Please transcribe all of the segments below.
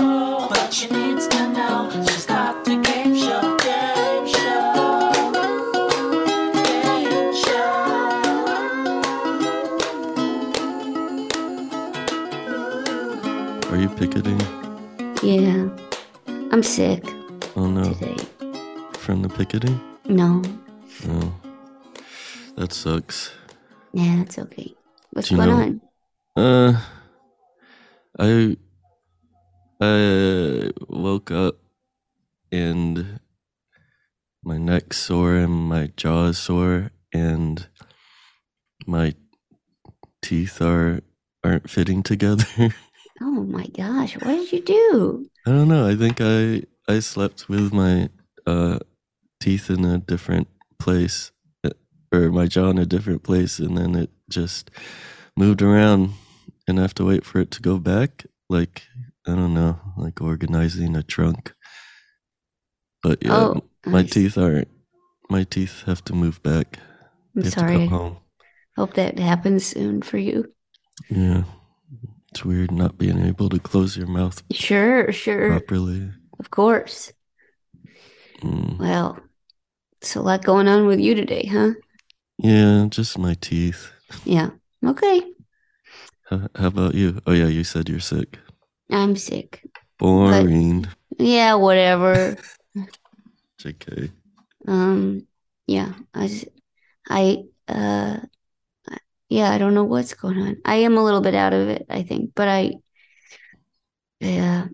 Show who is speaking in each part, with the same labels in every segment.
Speaker 1: what she needs to know. She's got the game show, game show, game show.
Speaker 2: Are you picketing?
Speaker 3: Yeah. I'm sick
Speaker 2: Oh no.
Speaker 3: today.
Speaker 2: From the picketing?
Speaker 3: No.
Speaker 2: No. That sucks.
Speaker 3: Yeah, it's okay. What's
Speaker 2: Do you
Speaker 3: going
Speaker 2: know-
Speaker 3: on?
Speaker 2: Uh I I woke up and my neck's sore and my jaw is sore and my teeth are aren't fitting together.
Speaker 3: Oh my gosh, what did you do?
Speaker 2: I don't know. I think I I slept with my uh, teeth in a different place, uh, or my jaw in a different place, and then it just moved around, and I have to wait for it to go back. Like I don't know, like organizing a trunk. But yeah,
Speaker 3: Oh,
Speaker 2: my
Speaker 3: I see.
Speaker 2: teeth aren't. My teeth have to move back.
Speaker 3: I'm
Speaker 2: They have to
Speaker 3: sorry.
Speaker 2: come home.
Speaker 3: Hope that happens soon for you.
Speaker 2: Yeah, it's weird not being able to close your mouth
Speaker 3: Sure, sure.
Speaker 2: properly.
Speaker 3: Of course.
Speaker 2: Mm.
Speaker 3: Well, it's a lot going on with you today, huh?
Speaker 2: Yeah, just my teeth.
Speaker 3: Yeah. Okay.
Speaker 2: How, how about you? Oh yeah, you said you're sick.
Speaker 3: I'm sick.
Speaker 2: Boring.
Speaker 3: Yeah, whatever.
Speaker 2: JK.
Speaker 3: Um, yeah, I just, I, uh, yeah, I don't know what's going on. I am a little bit out of it, I think, but I, yeah,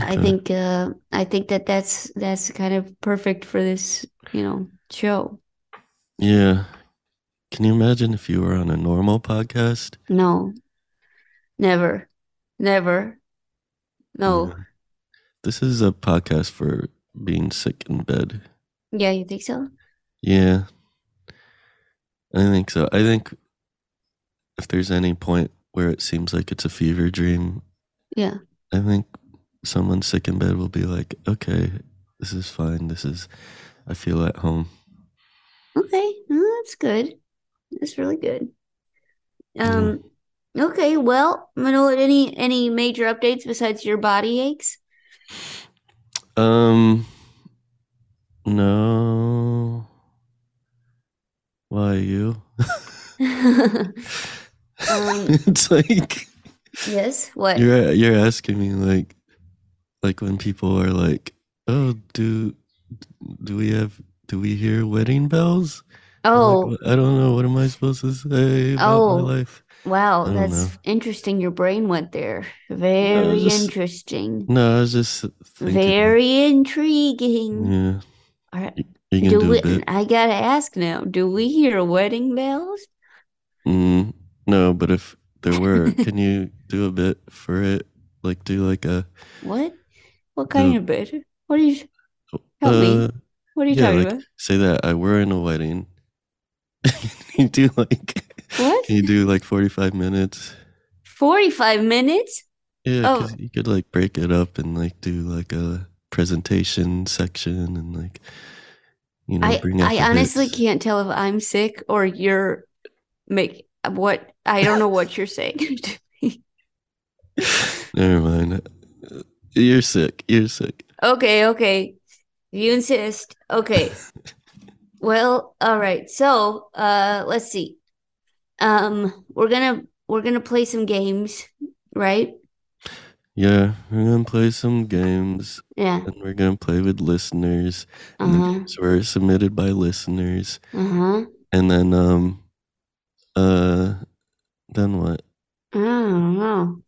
Speaker 3: I
Speaker 2: Okay.
Speaker 3: think, uh, I think that that's, that's kind of perfect for this, you know, show.
Speaker 2: Yeah. Can you imagine if you were on a normal podcast?
Speaker 3: No, never, never. No.
Speaker 2: Yeah. This is a podcast for being sick in bed.
Speaker 3: Yeah, you think so?
Speaker 2: Yeah. I think so. I think if there's any point where it seems like it's a fever dream,
Speaker 3: Yeah.
Speaker 2: I think someone sick in bed will be like, okay, this is fine. This is, I feel at home.
Speaker 3: Okay, well, that's good. That's really good. Um, okay, well, Manolo, any any major updates besides your body aches?
Speaker 2: Um, no. Why you? it's like
Speaker 3: yes, what?
Speaker 2: you're you're asking me like, like when people are like, "Oh, do do we have do we hear wedding bells?" I'm like,
Speaker 3: Oh,
Speaker 2: "What- I don't know. What am I supposed to say about
Speaker 3: Oh,
Speaker 2: my life?
Speaker 3: wow,
Speaker 2: I don't
Speaker 3: that's
Speaker 2: know.
Speaker 3: interesting. Your brain went there. Very
Speaker 2: just
Speaker 3: interesting.
Speaker 2: No, I was just thinking.
Speaker 3: Very intriguing.
Speaker 2: Yeah,
Speaker 3: All right.
Speaker 2: Mm-hmm. you can
Speaker 3: Do
Speaker 2: do,
Speaker 3: we,
Speaker 2: a bit.
Speaker 3: I gotta ask now, do we hear wedding bells?
Speaker 2: Mm, no, but if there were, can you do a bit for it? Like do like a
Speaker 3: What? What kind
Speaker 2: No.
Speaker 3: of bit? What are you Help me.
Speaker 2: uh,
Speaker 3: what are you
Speaker 2: yeah,
Speaker 3: talking
Speaker 2: like,
Speaker 3: about?
Speaker 2: Say that I were in a wedding. Can you do like
Speaker 3: What?
Speaker 2: Can you do like forty five minutes?
Speaker 3: 45 minutes?
Speaker 2: Yeah,
Speaker 3: Oh.
Speaker 2: 'cause you could like break it up and like do like a presentation section and like you know
Speaker 3: I
Speaker 2: bring out
Speaker 3: I
Speaker 2: the
Speaker 3: honestly
Speaker 2: hits.
Speaker 3: can't tell if I'm sick or you're make what I don't know what you're saying.
Speaker 2: Never mind. You're sick. You're sick.
Speaker 3: Okay, okay. If you insist. Okay. Well, all right. So, uh let's see. Um we're gonna we're gonna play some games, right?
Speaker 2: Yeah, we're gonna play some games
Speaker 3: Yeah.
Speaker 2: and we're gonna play with listeners. And the
Speaker 3: Uh-huh.
Speaker 2: games were submitted by listeners.
Speaker 3: Uh-huh.
Speaker 2: And then um uh then what?
Speaker 3: I don't know.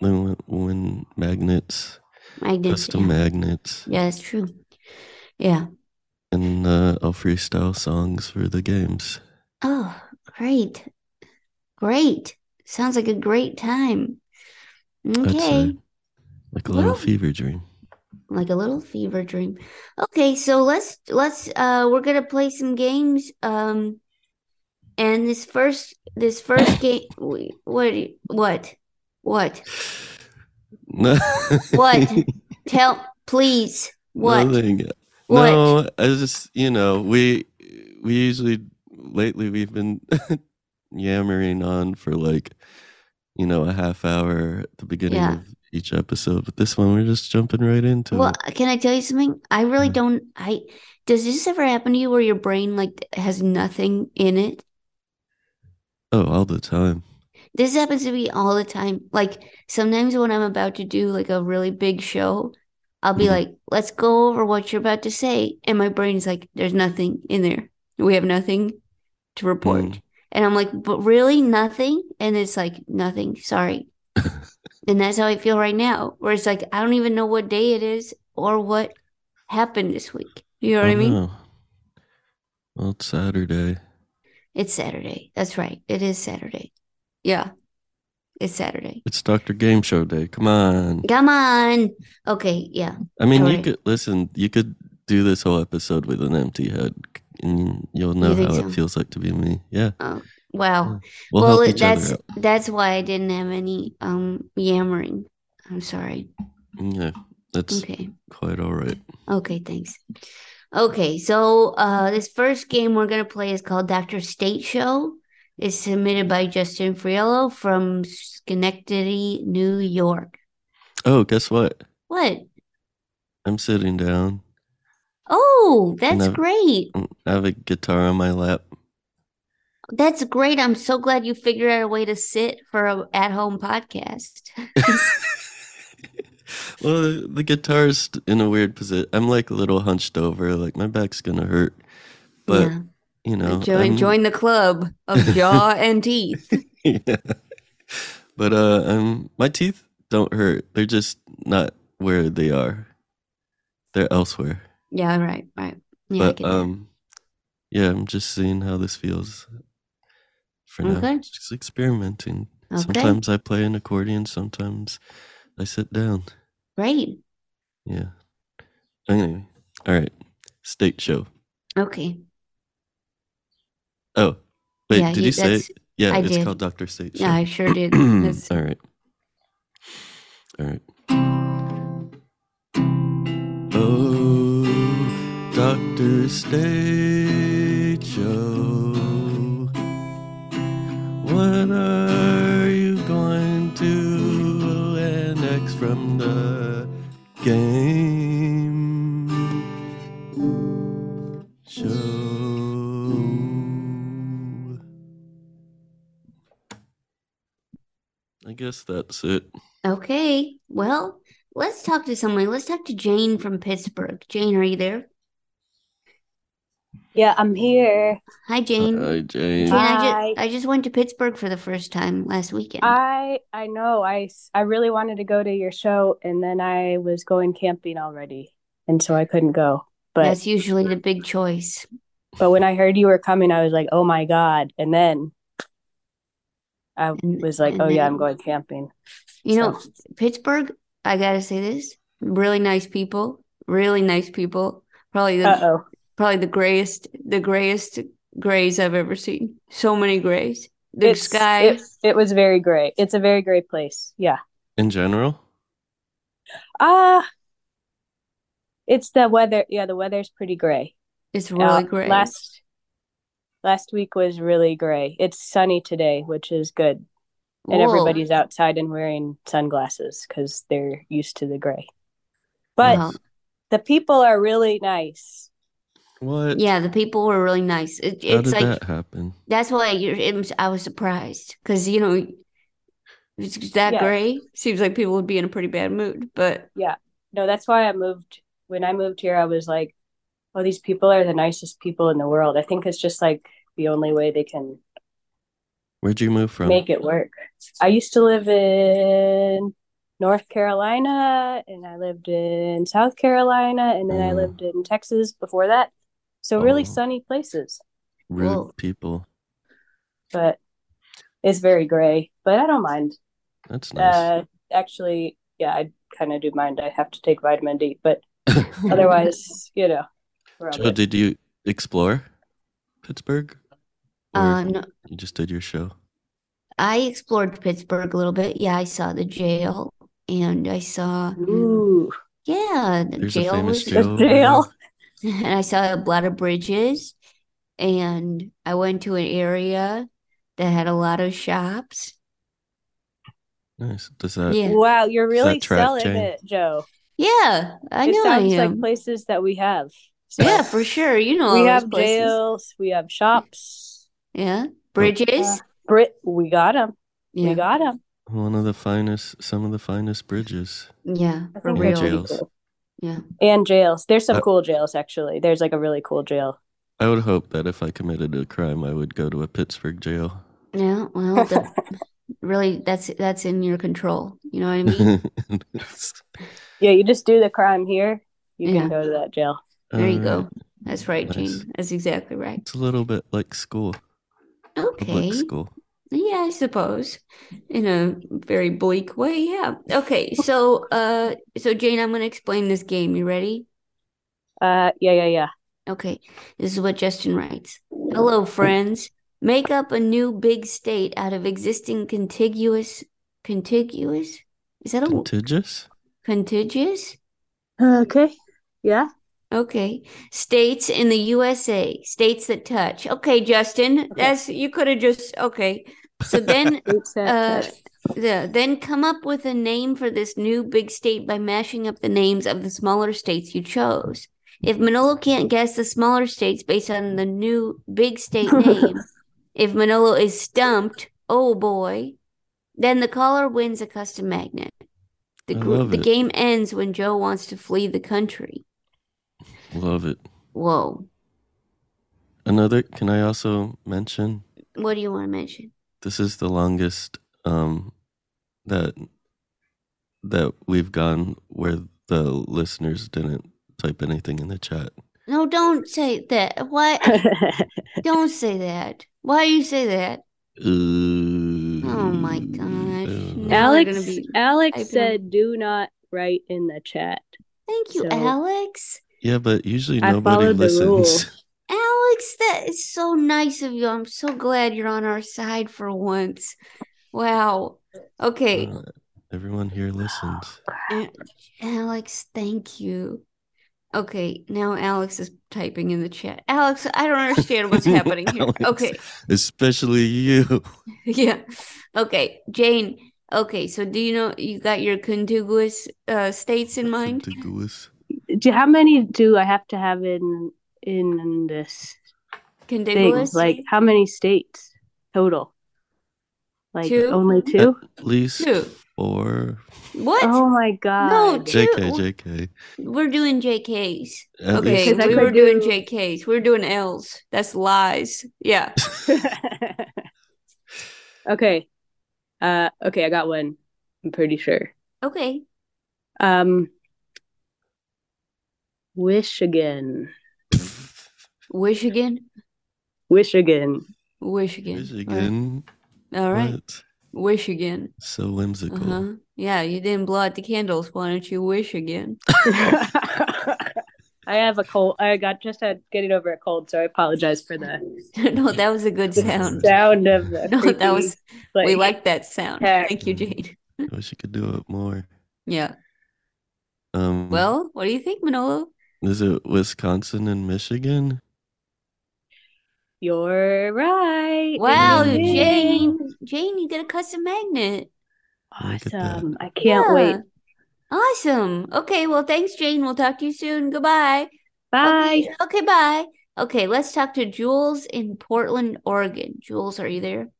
Speaker 2: Then when, when magnets,
Speaker 3: I did
Speaker 2: custom magnets,
Speaker 3: Yeah, that's true. Yeah.
Speaker 2: and uh, I'll freestyle songs for the games.
Speaker 3: Oh, great. Great. Sounds like a great time.
Speaker 2: I'd say.
Speaker 3: Okay.
Speaker 2: like a little
Speaker 3: Well-
Speaker 2: fever dream.
Speaker 3: like a little fever dream. Okay, so let's let's uh we're gonna play some games. Um and this first this first game wait, what do you- what what
Speaker 2: No.
Speaker 3: What? tell please what
Speaker 2: Nothing.
Speaker 3: what
Speaker 2: No, I just you know we we usually lately we've been yammering on for like you know a half hour at the beginning
Speaker 3: Yeah.
Speaker 2: of each episode, but this one we're just jumping right into.
Speaker 3: Well,
Speaker 2: it.
Speaker 3: can I tell you something? I really
Speaker 2: Mm.
Speaker 3: don't. I does this ever happen to you where your brain like has nothing in it?
Speaker 2: Oh, all the time.
Speaker 3: This happens to me all the time. Like sometimes when I'm about to do like a really big show, I'll be
Speaker 2: Mhm.
Speaker 3: like, "Let's go over what you're about to say," and my brain's like, "There's nothing in there. We have nothing to report."
Speaker 2: Mm.
Speaker 3: And I'm like, "But really, nothing?" And it's like, "Nothing. Sorry." and that's how I feel right now, where it's like, I don't even know what day it is or what happened this week. You know what I mean?
Speaker 2: Oh, no. Well, it's Saturday.
Speaker 3: It's Saturday. That's right. It is Saturday. Yeah, it's Saturday.
Speaker 2: It's Doctor Game Show Day. Come on.
Speaker 3: Come on. Okay, yeah.
Speaker 2: I mean, you
Speaker 3: Alright.
Speaker 2: could listen. You could do this whole episode with an empty head, and you'll know
Speaker 3: think
Speaker 2: how
Speaker 3: so? Oh.
Speaker 2: it feels like to be me. Yeah,
Speaker 3: Wow.
Speaker 2: we'll,
Speaker 3: well,
Speaker 2: help each
Speaker 3: that's
Speaker 2: other out.
Speaker 3: that's why I didn't have any um yammering. I'm sorry.
Speaker 2: Yeah, that's
Speaker 3: Okay.
Speaker 2: quite all right.
Speaker 3: Okay, thanks. Okay, so uh this first game we're gonna play is called Dr. State Show. It's submitted by Justin Friello from Schenectady, New York.
Speaker 2: Oh, guess what?
Speaker 3: What?
Speaker 2: I'm sitting down.
Speaker 3: Oh, that's
Speaker 2: No.
Speaker 3: great.
Speaker 2: I have a guitar on my lap.
Speaker 3: That's great. I'm so glad you figured out a way to sit for a at-home podcast.
Speaker 2: well, the, the guitar's in a weird position. I'm like a little hunched over. Like my back's gonna hurt, but
Speaker 3: Yeah.
Speaker 2: you know,
Speaker 3: Join
Speaker 2: I'm-
Speaker 3: join the club of jaw and teeth.
Speaker 2: yeah. But uh, um, my teeth don't hurt. They're just not where they are. They're elsewhere.
Speaker 3: Yeah, right, right. Yeah, I
Speaker 2: but
Speaker 3: get that.
Speaker 2: um, yeah, I'm just seeing how this feels for
Speaker 3: Okay.
Speaker 2: now. Just experimenting.
Speaker 3: Okay.
Speaker 2: Sometimes I play an accordion. Sometimes I sit down.
Speaker 3: Great.
Speaker 2: Yeah. Anyway, all right. State show.
Speaker 3: Okay.
Speaker 2: Oh, wait.
Speaker 3: Yeah,
Speaker 2: did
Speaker 3: you-
Speaker 2: you, say?
Speaker 3: that's-
Speaker 2: It? Yeah,
Speaker 3: I
Speaker 2: it's
Speaker 3: did.
Speaker 2: called Doctor State Show.
Speaker 3: Yeah, I sure did. That's
Speaker 2: All right. All right. Oh, Dr. State Show. What are you going to annex from the game show? I guess that's it.
Speaker 3: okay. Well, let's talk to somebody. Let's talk to Jane from Pittsburgh. Jane, are you there?
Speaker 4: Yeah, I'm here.
Speaker 3: Hi, Jane.
Speaker 2: Hi, Jane.
Speaker 3: Jane, I
Speaker 4: Hi.
Speaker 3: just I just went to Pittsburgh for the first time last weekend.
Speaker 4: I I know. I s- I really wanted to go to your show, and then I was going camping already, and so I couldn't go. But
Speaker 3: That's usually the big choice.
Speaker 4: but when I heard you were coming, I was like, oh my god! And then I
Speaker 3: And-
Speaker 4: was like,
Speaker 3: and
Speaker 4: oh yeah,
Speaker 3: then-
Speaker 4: I'm going camping.
Speaker 3: You
Speaker 4: So-
Speaker 3: know, Pittsburgh, I gotta say this, really nice people, really nice people. Probably the
Speaker 4: Uh-oh.
Speaker 3: probably the grayest the grayest grays I've ever seen. So many grays. The
Speaker 4: It's-
Speaker 3: sky.
Speaker 4: It, it was very great. It's a very great place. Yeah.
Speaker 2: In general?
Speaker 4: Ah. it's the weather. Yeah, the weather's pretty gray.
Speaker 3: It's
Speaker 4: Uh,
Speaker 3: really great.
Speaker 4: Last last week was really gray. It's sunny today, which is good. and
Speaker 3: Whoa.
Speaker 4: everybody's outside and wearing sunglasses because they're used to the gray. But
Speaker 3: Wow.
Speaker 4: the people are really nice.
Speaker 2: What?
Speaker 3: yeah, the people were really nice. It,
Speaker 2: How
Speaker 3: it's
Speaker 2: did
Speaker 3: like
Speaker 2: that happen?
Speaker 3: that's why you're, it was, I was surprised because you know it's that
Speaker 4: Yeah.
Speaker 3: gray. Seems like people would be in a pretty bad mood, but
Speaker 4: No, that's why I moved. When I moved here, I was like, "Oh, these people are the nicest people in the world." I think it's just like the only way they can
Speaker 2: Where'd you move from?
Speaker 4: make it work. I used to live in North Carolina, and I lived in South Carolina, and then I
Speaker 2: Mm.
Speaker 4: lived in Texas before that. So really
Speaker 2: Oh.
Speaker 4: sunny places.
Speaker 2: Rude
Speaker 3: Whoa.
Speaker 2: people.
Speaker 4: but it's very gray. But I don't mind.
Speaker 2: That's nice.
Speaker 4: Uh, actually, yeah, I kind of do mind. I have to take vitamin D, but otherwise, you know, we're all
Speaker 2: Joe,
Speaker 4: good.
Speaker 2: did you explore Pittsburgh? Or
Speaker 3: uh, no,
Speaker 2: you just did your show?
Speaker 3: I explored Pittsburgh a little bit. Yeah, I saw the jail and I saw
Speaker 4: Ooh,
Speaker 3: yeah, the
Speaker 2: There's a
Speaker 3: jail
Speaker 2: famous
Speaker 3: was
Speaker 2: jail.
Speaker 4: the jail.
Speaker 3: and I saw a lot of bridges, and I went to an area that had a lot of shops.
Speaker 2: Nice. Does that?
Speaker 3: Yeah.
Speaker 4: Wow, you're really
Speaker 2: that track
Speaker 4: selling
Speaker 2: chain?
Speaker 4: it, Joe.
Speaker 3: Yeah, I
Speaker 4: it
Speaker 3: know I
Speaker 4: sounds like
Speaker 3: am.
Speaker 4: places that we have. So
Speaker 3: yeah, for sure. You know all
Speaker 4: we
Speaker 3: those
Speaker 4: have
Speaker 3: places.
Speaker 4: jails, we have shops.
Speaker 3: Yeah, bridges.
Speaker 4: Uh, Brit, we got them.
Speaker 3: yeah,
Speaker 4: We got them.
Speaker 2: One of the finest, some of the finest bridges.
Speaker 3: yeah, for
Speaker 2: think
Speaker 3: real.
Speaker 2: that's jails.
Speaker 3: Yeah.
Speaker 4: And jails. There's some
Speaker 2: Uh,
Speaker 4: cool jails actually. There's like a really cool jail.
Speaker 2: I would hope that if I committed a crime, I would go to a Pittsburgh jail.
Speaker 3: Yeah, well, that, really, that's that's in your control. You know what I mean?
Speaker 2: there
Speaker 4: Yeah, you just do the crime here, you
Speaker 3: Yeah.
Speaker 4: can go to that jail.
Speaker 3: There you go. That's right, Gene.
Speaker 2: Nice.
Speaker 3: Uh, That's exactly right.
Speaker 2: It's a little bit like school,
Speaker 3: Okay.
Speaker 2: public school.
Speaker 3: Yeah, I suppose. In a very bleak way, yeah. Okay, so uh so Jane, I'm gonna explain this game. You ready?
Speaker 4: Uh yeah, yeah, yeah.
Speaker 3: Okay, this is what Justin writes. Hello, friends. Make up a new big state out of existing contiguous contiguous? Is that a
Speaker 2: Contiguous?
Speaker 3: contiguous?
Speaker 4: Okay. Yeah.
Speaker 3: Okay. States in the USA, states that touch. Okay, Justin, that's you could have just okay. So then Uh, the, then come up with a name for this new big state by mashing up the names of the smaller states you chose. If Manolo can't guess the smaller states based on the new big state name, if Manolo is stumped, oh boy, then the caller wins a custom magnet. The
Speaker 2: I
Speaker 3: group,
Speaker 2: love
Speaker 3: the
Speaker 2: it.
Speaker 3: game ends when Joe wants to flee the country.
Speaker 2: Love it.
Speaker 3: Whoa,
Speaker 2: Another, can I also mention
Speaker 3: what do you want to mention?
Speaker 2: this is the longest um that that we've gone where the listeners didn't type anything in the chat.
Speaker 3: No, don't say that. Why? don't say that. Why you say that?
Speaker 2: Oh
Speaker 3: my gosh. No. Now they're
Speaker 4: Alex
Speaker 3: gonna be
Speaker 4: Alex
Speaker 3: typing.
Speaker 4: said do not write in the chat.
Speaker 3: Thank you,
Speaker 4: So-
Speaker 3: Alex.
Speaker 2: Yeah, but usually
Speaker 4: I
Speaker 2: nobody
Speaker 4: followed the rule.
Speaker 2: listens.
Speaker 3: Alex, that is so nice of you. I'm so glad you're on our side for once. Wow. Okay,
Speaker 2: Uh, everyone here listens.
Speaker 3: Alex, thank you. Okay, now Alex is typing in the chat. Alex, I don't understand what's happening here.
Speaker 2: Alex.
Speaker 3: Okay,
Speaker 2: Especially you.
Speaker 3: yeah. Okay, Jane. Okay, so do you know you got your contiguous uh, states in mind?
Speaker 2: Contiguous.
Speaker 4: Do, how many do I have to have in in this thing?
Speaker 3: Contiguous?
Speaker 4: Like how many states total? Like
Speaker 3: Two?
Speaker 4: only two?
Speaker 2: At least
Speaker 3: Two.
Speaker 2: four.
Speaker 3: what?
Speaker 4: Oh my god.
Speaker 3: No, two.
Speaker 2: JK, JK.
Speaker 3: We're doing JKs.
Speaker 2: At
Speaker 3: okay,
Speaker 2: least
Speaker 4: Because I
Speaker 3: we
Speaker 4: could
Speaker 3: were doing
Speaker 4: do-
Speaker 3: JKs. We were doing L's. That's lies. Yeah.
Speaker 4: okay. Uh okay, I got one. I'm pretty sure.
Speaker 3: Okay.
Speaker 4: Um Wish again.
Speaker 3: Wish again.
Speaker 4: Wish again.
Speaker 3: Wish again.
Speaker 2: Fish again.
Speaker 3: All right.
Speaker 2: What?
Speaker 3: Wish again.
Speaker 2: So whimsical.
Speaker 3: Uh-huh. Yeah, you didn't blow out the candles. Why don't you wish again?
Speaker 4: I have a cold. I got just had getting over a cold, so I apologize for the
Speaker 3: no, that was a good sound.
Speaker 4: sound of the.
Speaker 3: No, that
Speaker 4: creaky,
Speaker 3: was
Speaker 4: like,
Speaker 3: we like that sound.
Speaker 4: heck.
Speaker 3: Thank you, Jade.
Speaker 2: I wish you could do it more.
Speaker 3: Yeah.
Speaker 2: Um,
Speaker 3: Well, what do you think, Manolo?
Speaker 2: is it Wisconsin and Michigan?
Speaker 4: You're right.
Speaker 3: Wow,
Speaker 2: Yeah.
Speaker 3: Jane. Jane, you get a custom magnet.
Speaker 2: Look at that.
Speaker 4: Awesome! I can't wait.
Speaker 3: Yeah. Awesome. Okay, well, thanks, Jane. We'll talk to you soon. Goodbye.
Speaker 4: Bye.
Speaker 3: Okay, okay, bye. Okay, let's talk to Jules in Portland, Oregon. Jules, are you there?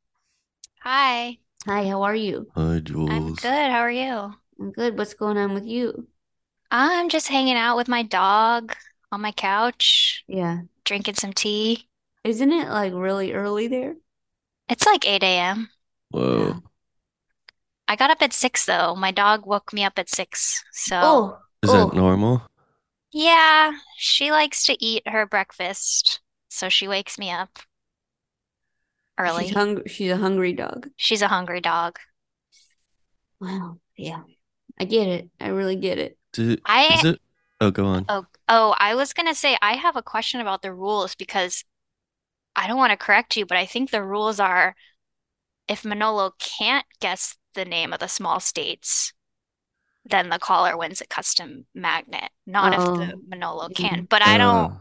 Speaker 5: Hi,
Speaker 3: Hi, how are you?
Speaker 2: Hi, Jules.
Speaker 5: I'm good. How are you?
Speaker 3: I'm good. What's going on with you?
Speaker 5: I'm just hanging out with my dog on my couch,
Speaker 3: Yeah.
Speaker 5: drinking some tea.
Speaker 3: Isn't it like really early there?
Speaker 5: It's like 8 a.m.
Speaker 2: Whoa.
Speaker 5: I got up at 6 though. My dog woke me up at 6. So,
Speaker 3: Oh,
Speaker 2: Is
Speaker 3: oh,
Speaker 2: that normal?
Speaker 5: yeah, she likes to eat her breakfast. So she wakes me up early.
Speaker 3: she's hungry. She's a hungry dog.
Speaker 5: She's a hungry dog.
Speaker 3: Wow. Yeah. I get it. I really get it.
Speaker 2: Do, is
Speaker 5: I,
Speaker 2: it? Oh, go on.
Speaker 5: oh, oh, I was gonna say I have a question about the rules because I don't want to correct you, but I think the rules are if Manolo can't guess the name of the small states, then the caller wins a custom magnet, not if the
Speaker 3: Oh.
Speaker 5: Manolo can. But I don't,
Speaker 2: Uh,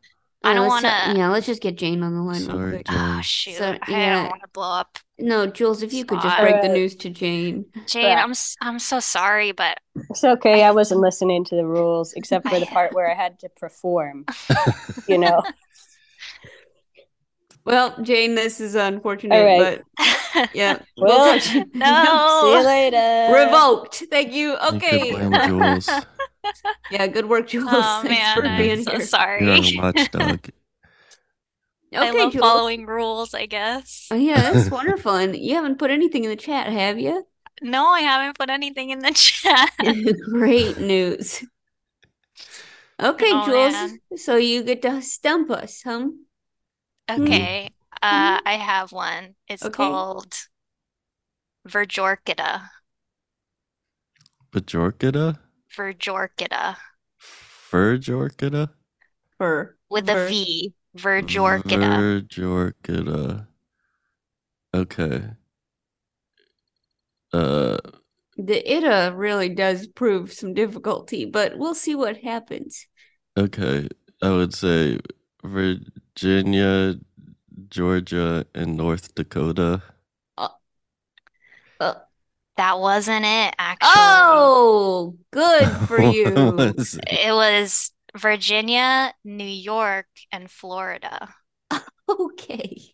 Speaker 5: I don't
Speaker 3: let's-
Speaker 5: wanna-
Speaker 3: Yeah, let's just get Jane on the line real
Speaker 2: Sorry,
Speaker 3: quick.
Speaker 2: Jane.
Speaker 5: Oh, shoot.
Speaker 3: So,
Speaker 5: I
Speaker 3: yeah.
Speaker 5: don't want to blow up.
Speaker 3: No, Jules, if you could just
Speaker 5: Sorry.
Speaker 3: break the news to Jane.
Speaker 5: Jane, I'm s- I'm so sorry, but
Speaker 4: It's okay. I wasn't listening to the rules except for the
Speaker 5: I-
Speaker 4: part where I had to perform. You know,
Speaker 3: Well, Jane, this is unfortunate,
Speaker 4: All right.
Speaker 3: but yeah.
Speaker 4: Well,
Speaker 3: touch- yep.
Speaker 4: see you
Speaker 5: no.
Speaker 4: later.
Speaker 3: Revoked. Thank you.
Speaker 2: You could
Speaker 3: Okay.
Speaker 2: blame Jules.
Speaker 3: Yeah, good work, Jules.
Speaker 5: Oh
Speaker 3: Thanks
Speaker 5: man,
Speaker 3: for
Speaker 5: I'm
Speaker 3: being
Speaker 5: so
Speaker 3: here.
Speaker 2: You're
Speaker 5: sorry.
Speaker 2: on a watchdog.
Speaker 5: I
Speaker 3: Okay,
Speaker 5: love
Speaker 3: Jules.
Speaker 5: following rules, I guess.
Speaker 3: Oh, yeah, that's wonderful. And you haven't put anything in the chat, have you?
Speaker 5: No, I haven't put anything in the chat.
Speaker 3: Great news. Okay,
Speaker 5: Oh,
Speaker 3: Jules.
Speaker 5: man.
Speaker 3: So you get to stump us, huh? Hmm.
Speaker 5: Okay. Uh, I have one. It's
Speaker 3: Okay.
Speaker 5: called Verjorkita.
Speaker 2: Bajorkita?
Speaker 5: Verjorkita
Speaker 2: Verjorkita?
Speaker 3: For
Speaker 5: with a V. Verjorkita.
Speaker 2: Verjorkita. Okay. Uh,
Speaker 3: the ita really does prove some difficulty, but we'll see what happens.
Speaker 2: okay. I would say Virginia, Georgia, and North Dakota.
Speaker 3: Uh,
Speaker 5: That wasn't it, actually.
Speaker 3: oh, good for
Speaker 2: What
Speaker 3: you.
Speaker 2: was it?
Speaker 5: It was Virginia, New York, and Florida.
Speaker 3: okay.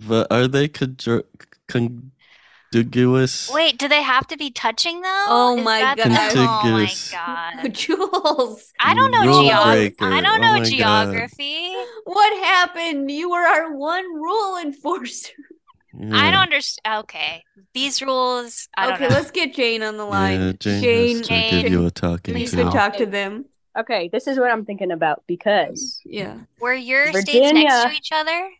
Speaker 2: But are they conjur- contiguous?
Speaker 5: Wait, do they have to be touching though?
Speaker 3: Oh
Speaker 5: Is
Speaker 3: my
Speaker 5: that the-
Speaker 3: God.
Speaker 5: Oh my
Speaker 2: Contiguous.
Speaker 5: God.
Speaker 3: Jules,
Speaker 5: I don't know
Speaker 2: Rule
Speaker 5: geog
Speaker 2: breaker.
Speaker 5: I
Speaker 2: Oh
Speaker 5: don't know
Speaker 2: my God.
Speaker 5: geography.
Speaker 3: what happened? You were our one rule enforcer.
Speaker 5: I
Speaker 2: Yeah.
Speaker 5: don't understand. Okay. These rules, I don't
Speaker 3: Okay,
Speaker 5: know.
Speaker 3: let's get Jane on the line.
Speaker 2: Yeah, Jane, has to
Speaker 5: Jane,
Speaker 2: give you a talking
Speaker 3: you
Speaker 5: please
Speaker 2: to.
Speaker 3: can
Speaker 5: help.
Speaker 3: talk to them.
Speaker 4: Okay, this is what I'm thinking about because
Speaker 3: Yeah.
Speaker 5: Were your states next to
Speaker 4: Virginia.
Speaker 5: each other?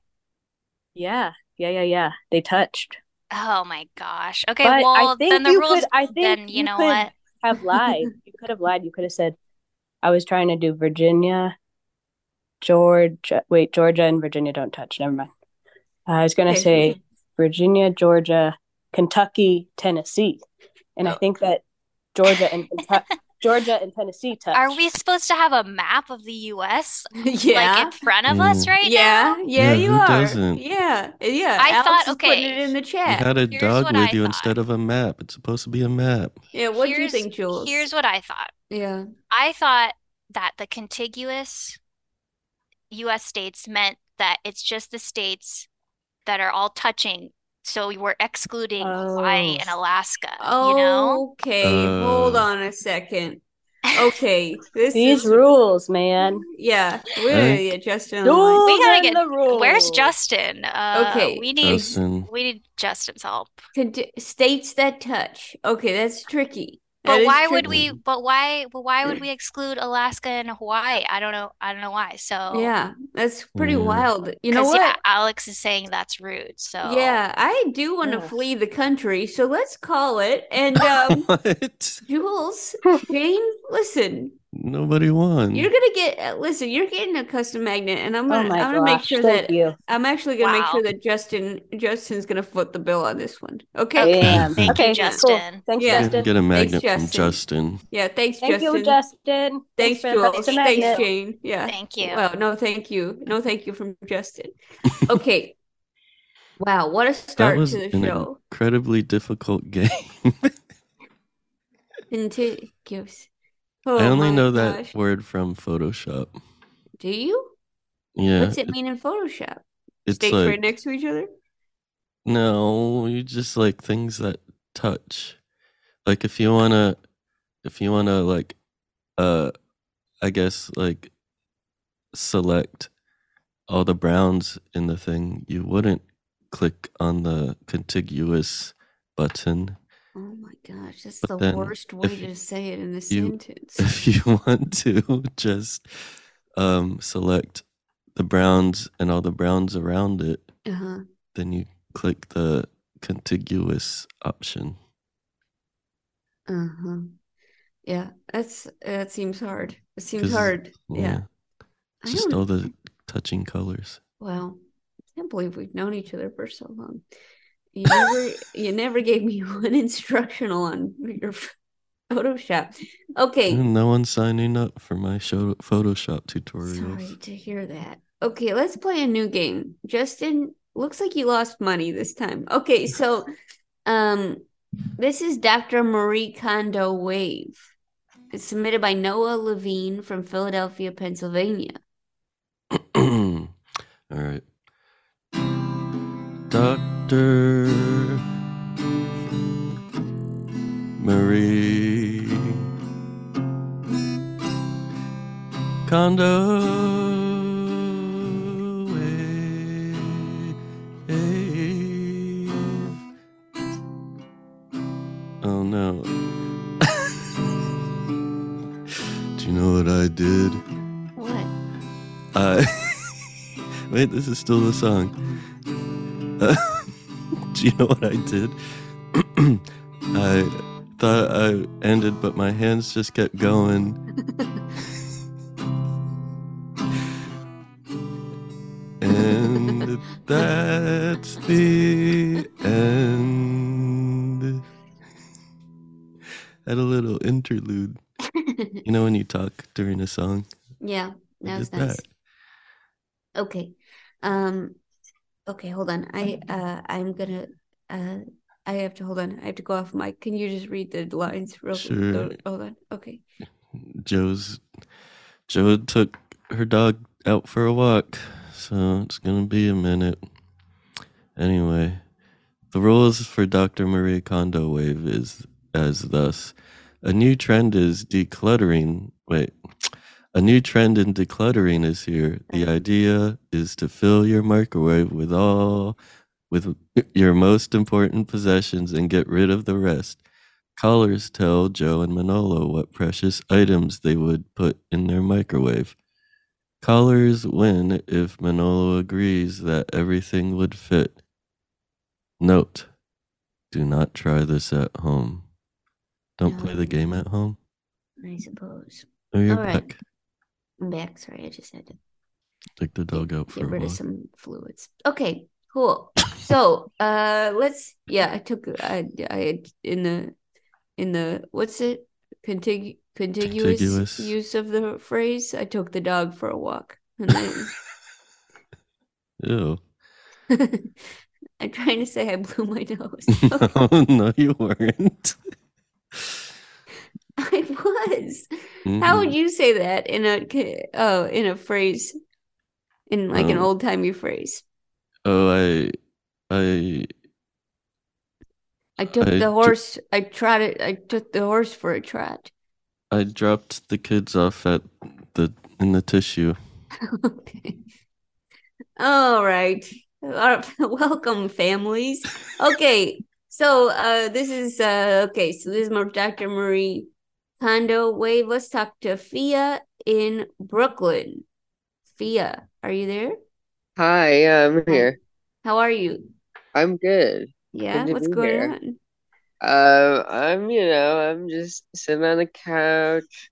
Speaker 4: yeah, yeah, yeah, yeah. They touched.
Speaker 5: Oh my gosh. Okay,
Speaker 4: But I
Speaker 5: well
Speaker 4: think
Speaker 5: then the
Speaker 4: you
Speaker 5: rules
Speaker 4: could- I think
Speaker 5: then you
Speaker 4: you
Speaker 5: know
Speaker 4: could-
Speaker 5: what?
Speaker 4: Have lied. You could have lied. You could have said, I was trying to do Virginia, Georgia. Wait, Georgia and Virginia don't touch. Never mind. I was gonna
Speaker 3: Okay.
Speaker 4: say Virginia, Georgia, Kentucky, Tennessee. And I
Speaker 3: Oh.
Speaker 4: think that Georgia and Kentucky, Georgia and Tennessee touch.
Speaker 5: Are we supposed to have a map of the US like
Speaker 3: yeah.
Speaker 5: in front of us
Speaker 2: Mm.
Speaker 5: right
Speaker 3: yeah,
Speaker 5: now?
Speaker 3: yeah,
Speaker 2: Yeah,
Speaker 3: you
Speaker 2: who
Speaker 3: are.
Speaker 2: doesn't?
Speaker 3: Yeah, yeah.
Speaker 5: I
Speaker 3: Alex
Speaker 5: thought-
Speaker 3: is putting
Speaker 5: okay.
Speaker 3: it in the
Speaker 2: You
Speaker 3: chat.
Speaker 2: had a
Speaker 5: Here's
Speaker 2: dog
Speaker 5: what
Speaker 2: with
Speaker 5: I
Speaker 2: you
Speaker 5: thought.
Speaker 2: instead of a map. It's supposed to be a map.
Speaker 3: yeah, what do you
Speaker 5: Here's-
Speaker 3: think, Jules?
Speaker 5: Here's what I thought.
Speaker 3: yeah.
Speaker 5: I thought that the contiguous US states meant that it's just the states that are all touching. So we were excluding Hawaii
Speaker 4: Oh.
Speaker 5: and Alaska, you know?
Speaker 3: Okay, hold
Speaker 2: Uh.
Speaker 3: on a second. Okay, this
Speaker 4: These
Speaker 3: is
Speaker 4: rules, man.
Speaker 3: yeah. We're
Speaker 2: Right.
Speaker 3: yeah, Justin.
Speaker 4: Rules
Speaker 5: We gotta
Speaker 4: and
Speaker 5: get-
Speaker 4: the rules.
Speaker 5: Where's Justin? Uh,
Speaker 3: Okay.
Speaker 5: we need
Speaker 2: Justin.
Speaker 5: we need Justin's help.
Speaker 3: states that touch. Okay, that's tricky. That
Speaker 5: But
Speaker 3: is
Speaker 5: why would
Speaker 2: tricky.
Speaker 5: we but why but why would we exclude Alaska and Hawaii? I don't know. I don't know why. So
Speaker 3: tricky. Yeah, that's pretty
Speaker 2: Yeah.
Speaker 3: wild. You know
Speaker 5: 'cause,
Speaker 3: what?
Speaker 5: yeah, Alex is saying that's rude. So
Speaker 3: Yeah, I do want to
Speaker 4: Ugh.
Speaker 3: flee the country, so let's call it. And um,
Speaker 2: What?
Speaker 3: Jules, Jane, listen,
Speaker 2: Nobody won.
Speaker 3: you're gonna get uh, listen, you're getting a custom magnet, and I'm
Speaker 4: Oh
Speaker 3: gonna
Speaker 4: my
Speaker 3: I'm gonna make
Speaker 4: gosh,
Speaker 3: sure
Speaker 4: thank
Speaker 3: that
Speaker 4: you.
Speaker 3: I'm actually gonna make
Speaker 5: Wow.
Speaker 3: sure that Justin Justin's gonna foot the bill on this one. Okay.
Speaker 2: Okay.
Speaker 4: Damn.
Speaker 5: Thank you,
Speaker 4: Okay, cool.
Speaker 5: Justin.
Speaker 4: Thanks,
Speaker 3: Yeah.
Speaker 2: You're
Speaker 4: Justin.
Speaker 2: gonna get a magnet from
Speaker 3: Justin.
Speaker 2: Justin.
Speaker 3: Yeah, thanks,
Speaker 4: Thank
Speaker 3: Justin.
Speaker 4: you, Justin.
Speaker 3: Thanks,
Speaker 4: for the
Speaker 3: Jules.
Speaker 4: custom
Speaker 3: Thanks,
Speaker 4: magnet.
Speaker 3: Jane. Yeah.
Speaker 5: Thank you.
Speaker 3: Well, no, thank you. No, thank you from Justin. Okay. Wow, what a
Speaker 2: That
Speaker 3: start
Speaker 2: was
Speaker 3: to the
Speaker 2: an
Speaker 3: show.
Speaker 2: incredibly difficult game.
Speaker 3: Contiguous.
Speaker 2: I
Speaker 3: Oh
Speaker 2: only
Speaker 3: my
Speaker 2: know that
Speaker 3: gosh.
Speaker 2: word from Photoshop.
Speaker 3: Do you?
Speaker 2: Yeah,
Speaker 3: What's it mean in Photoshop? Oh
Speaker 2: it's
Speaker 3: States
Speaker 2: like
Speaker 3: right next to each other?
Speaker 2: no, you just like things that touch. Like if you wanna, if you wanna like, uh, I guess like select all the browns in the thing, you wouldn't click on the contiguous button.
Speaker 3: Oh my gosh, that's
Speaker 2: But
Speaker 3: the
Speaker 2: then
Speaker 3: worst way
Speaker 2: you-
Speaker 3: to say it in a
Speaker 2: you-
Speaker 3: sentence.
Speaker 2: if you want to just um, select the browns and all the browns around it,
Speaker 3: Uh-huh.
Speaker 2: then you click the contiguous option.
Speaker 3: Uh-huh. Yeah, that's that seems hard. It seems
Speaker 2: 'Cause-
Speaker 3: hard. Yeah. I
Speaker 2: Just
Speaker 3: don't
Speaker 2: all the touching colors.
Speaker 3: wow. I can't believe we've known each other for so long. You never you never gave me one instructional on your Photoshop. Okay.
Speaker 2: No one's signing up for my show Photoshop tutorials.
Speaker 3: Sorry to hear that. Okay, let's play a new game. Justin, looks like you lost money this time. Okay, so um this is Dr. Marie Kondo Wave. It's submitted by Noah Levine from Philadelphia, Pennsylvania.
Speaker 2: All right. Dr. Marie Kondo Wave. Oh no. Do you know what I did?
Speaker 3: What?
Speaker 2: Uh, wait, this is still the song. Uh, do you know what I did? I thought I ended, but my hands just kept going. and that's the end. Had a little interlude. You know when you talk during a song?
Speaker 3: yeah, that
Speaker 2: I
Speaker 3: was
Speaker 2: did
Speaker 3: nice. Okay. Um okay, hold on. I uh I'm gonna uh I have to hold on. I have to go off mic. Can you just read the lines real
Speaker 2: Sure.
Speaker 3: quick? Hold on. Okay.
Speaker 2: Joe's Joe took her dog out for a walk, so it's gonna be a minute. Anyway, the rules for Dr. Marie Kondo Wave is as thus: a new trend is decluttering. Wait, a new trend in decluttering is here. The idea is to fill your microwave with all with your most important possessions and get rid of the rest. Callers tell Joe and Manolo what precious items they would put in their microwave. Callers win if Manolo agrees that everything would fit. Note, do not try this at home. Don't play
Speaker 3: No.
Speaker 2: the game at home.
Speaker 3: I suppose.
Speaker 2: Oh, you're
Speaker 3: All right.
Speaker 2: back.
Speaker 3: I'm back. Sorry, I just had to
Speaker 2: Take the dog out for
Speaker 3: get
Speaker 2: a
Speaker 3: rid of
Speaker 2: walk.
Speaker 3: some fluids. Okay, cool. So, uh, let's. Yeah, I took. I, I in the in the what's it contigu contiguous,
Speaker 2: Contiguous.
Speaker 3: use of the phrase. I took the dog for a walk, and then
Speaker 2: Ew.
Speaker 3: I'm trying to say I blew my nose.
Speaker 2: no, Oh, no, you weren't.
Speaker 3: I was. How
Speaker 2: Mm-hmm.
Speaker 3: would you say that in a ca- oh in a phrase, in like an
Speaker 2: Um,
Speaker 3: old timey phrase?
Speaker 2: Oh, I, I,
Speaker 3: I took
Speaker 2: I
Speaker 3: the
Speaker 2: ju-
Speaker 3: horse. I trotted. I took the horse for a trot.
Speaker 2: I dropped the kids off at the in the tissue.
Speaker 3: Okay. All right. Uh, Welcome, families. Okay. So uh this is uh okay, so this is Mar- Dr. Marie Kondo Wave. Let's talk to Fia in Brooklyn. Fia, are you there?
Speaker 6: Hi, yeah, I'm here.
Speaker 3: How are you?
Speaker 6: I'm good.
Speaker 3: Yeah,
Speaker 6: to
Speaker 3: what's
Speaker 6: be
Speaker 3: going
Speaker 6: here.
Speaker 3: on?
Speaker 6: Um, I'm, you know, I'm just sitting on the couch,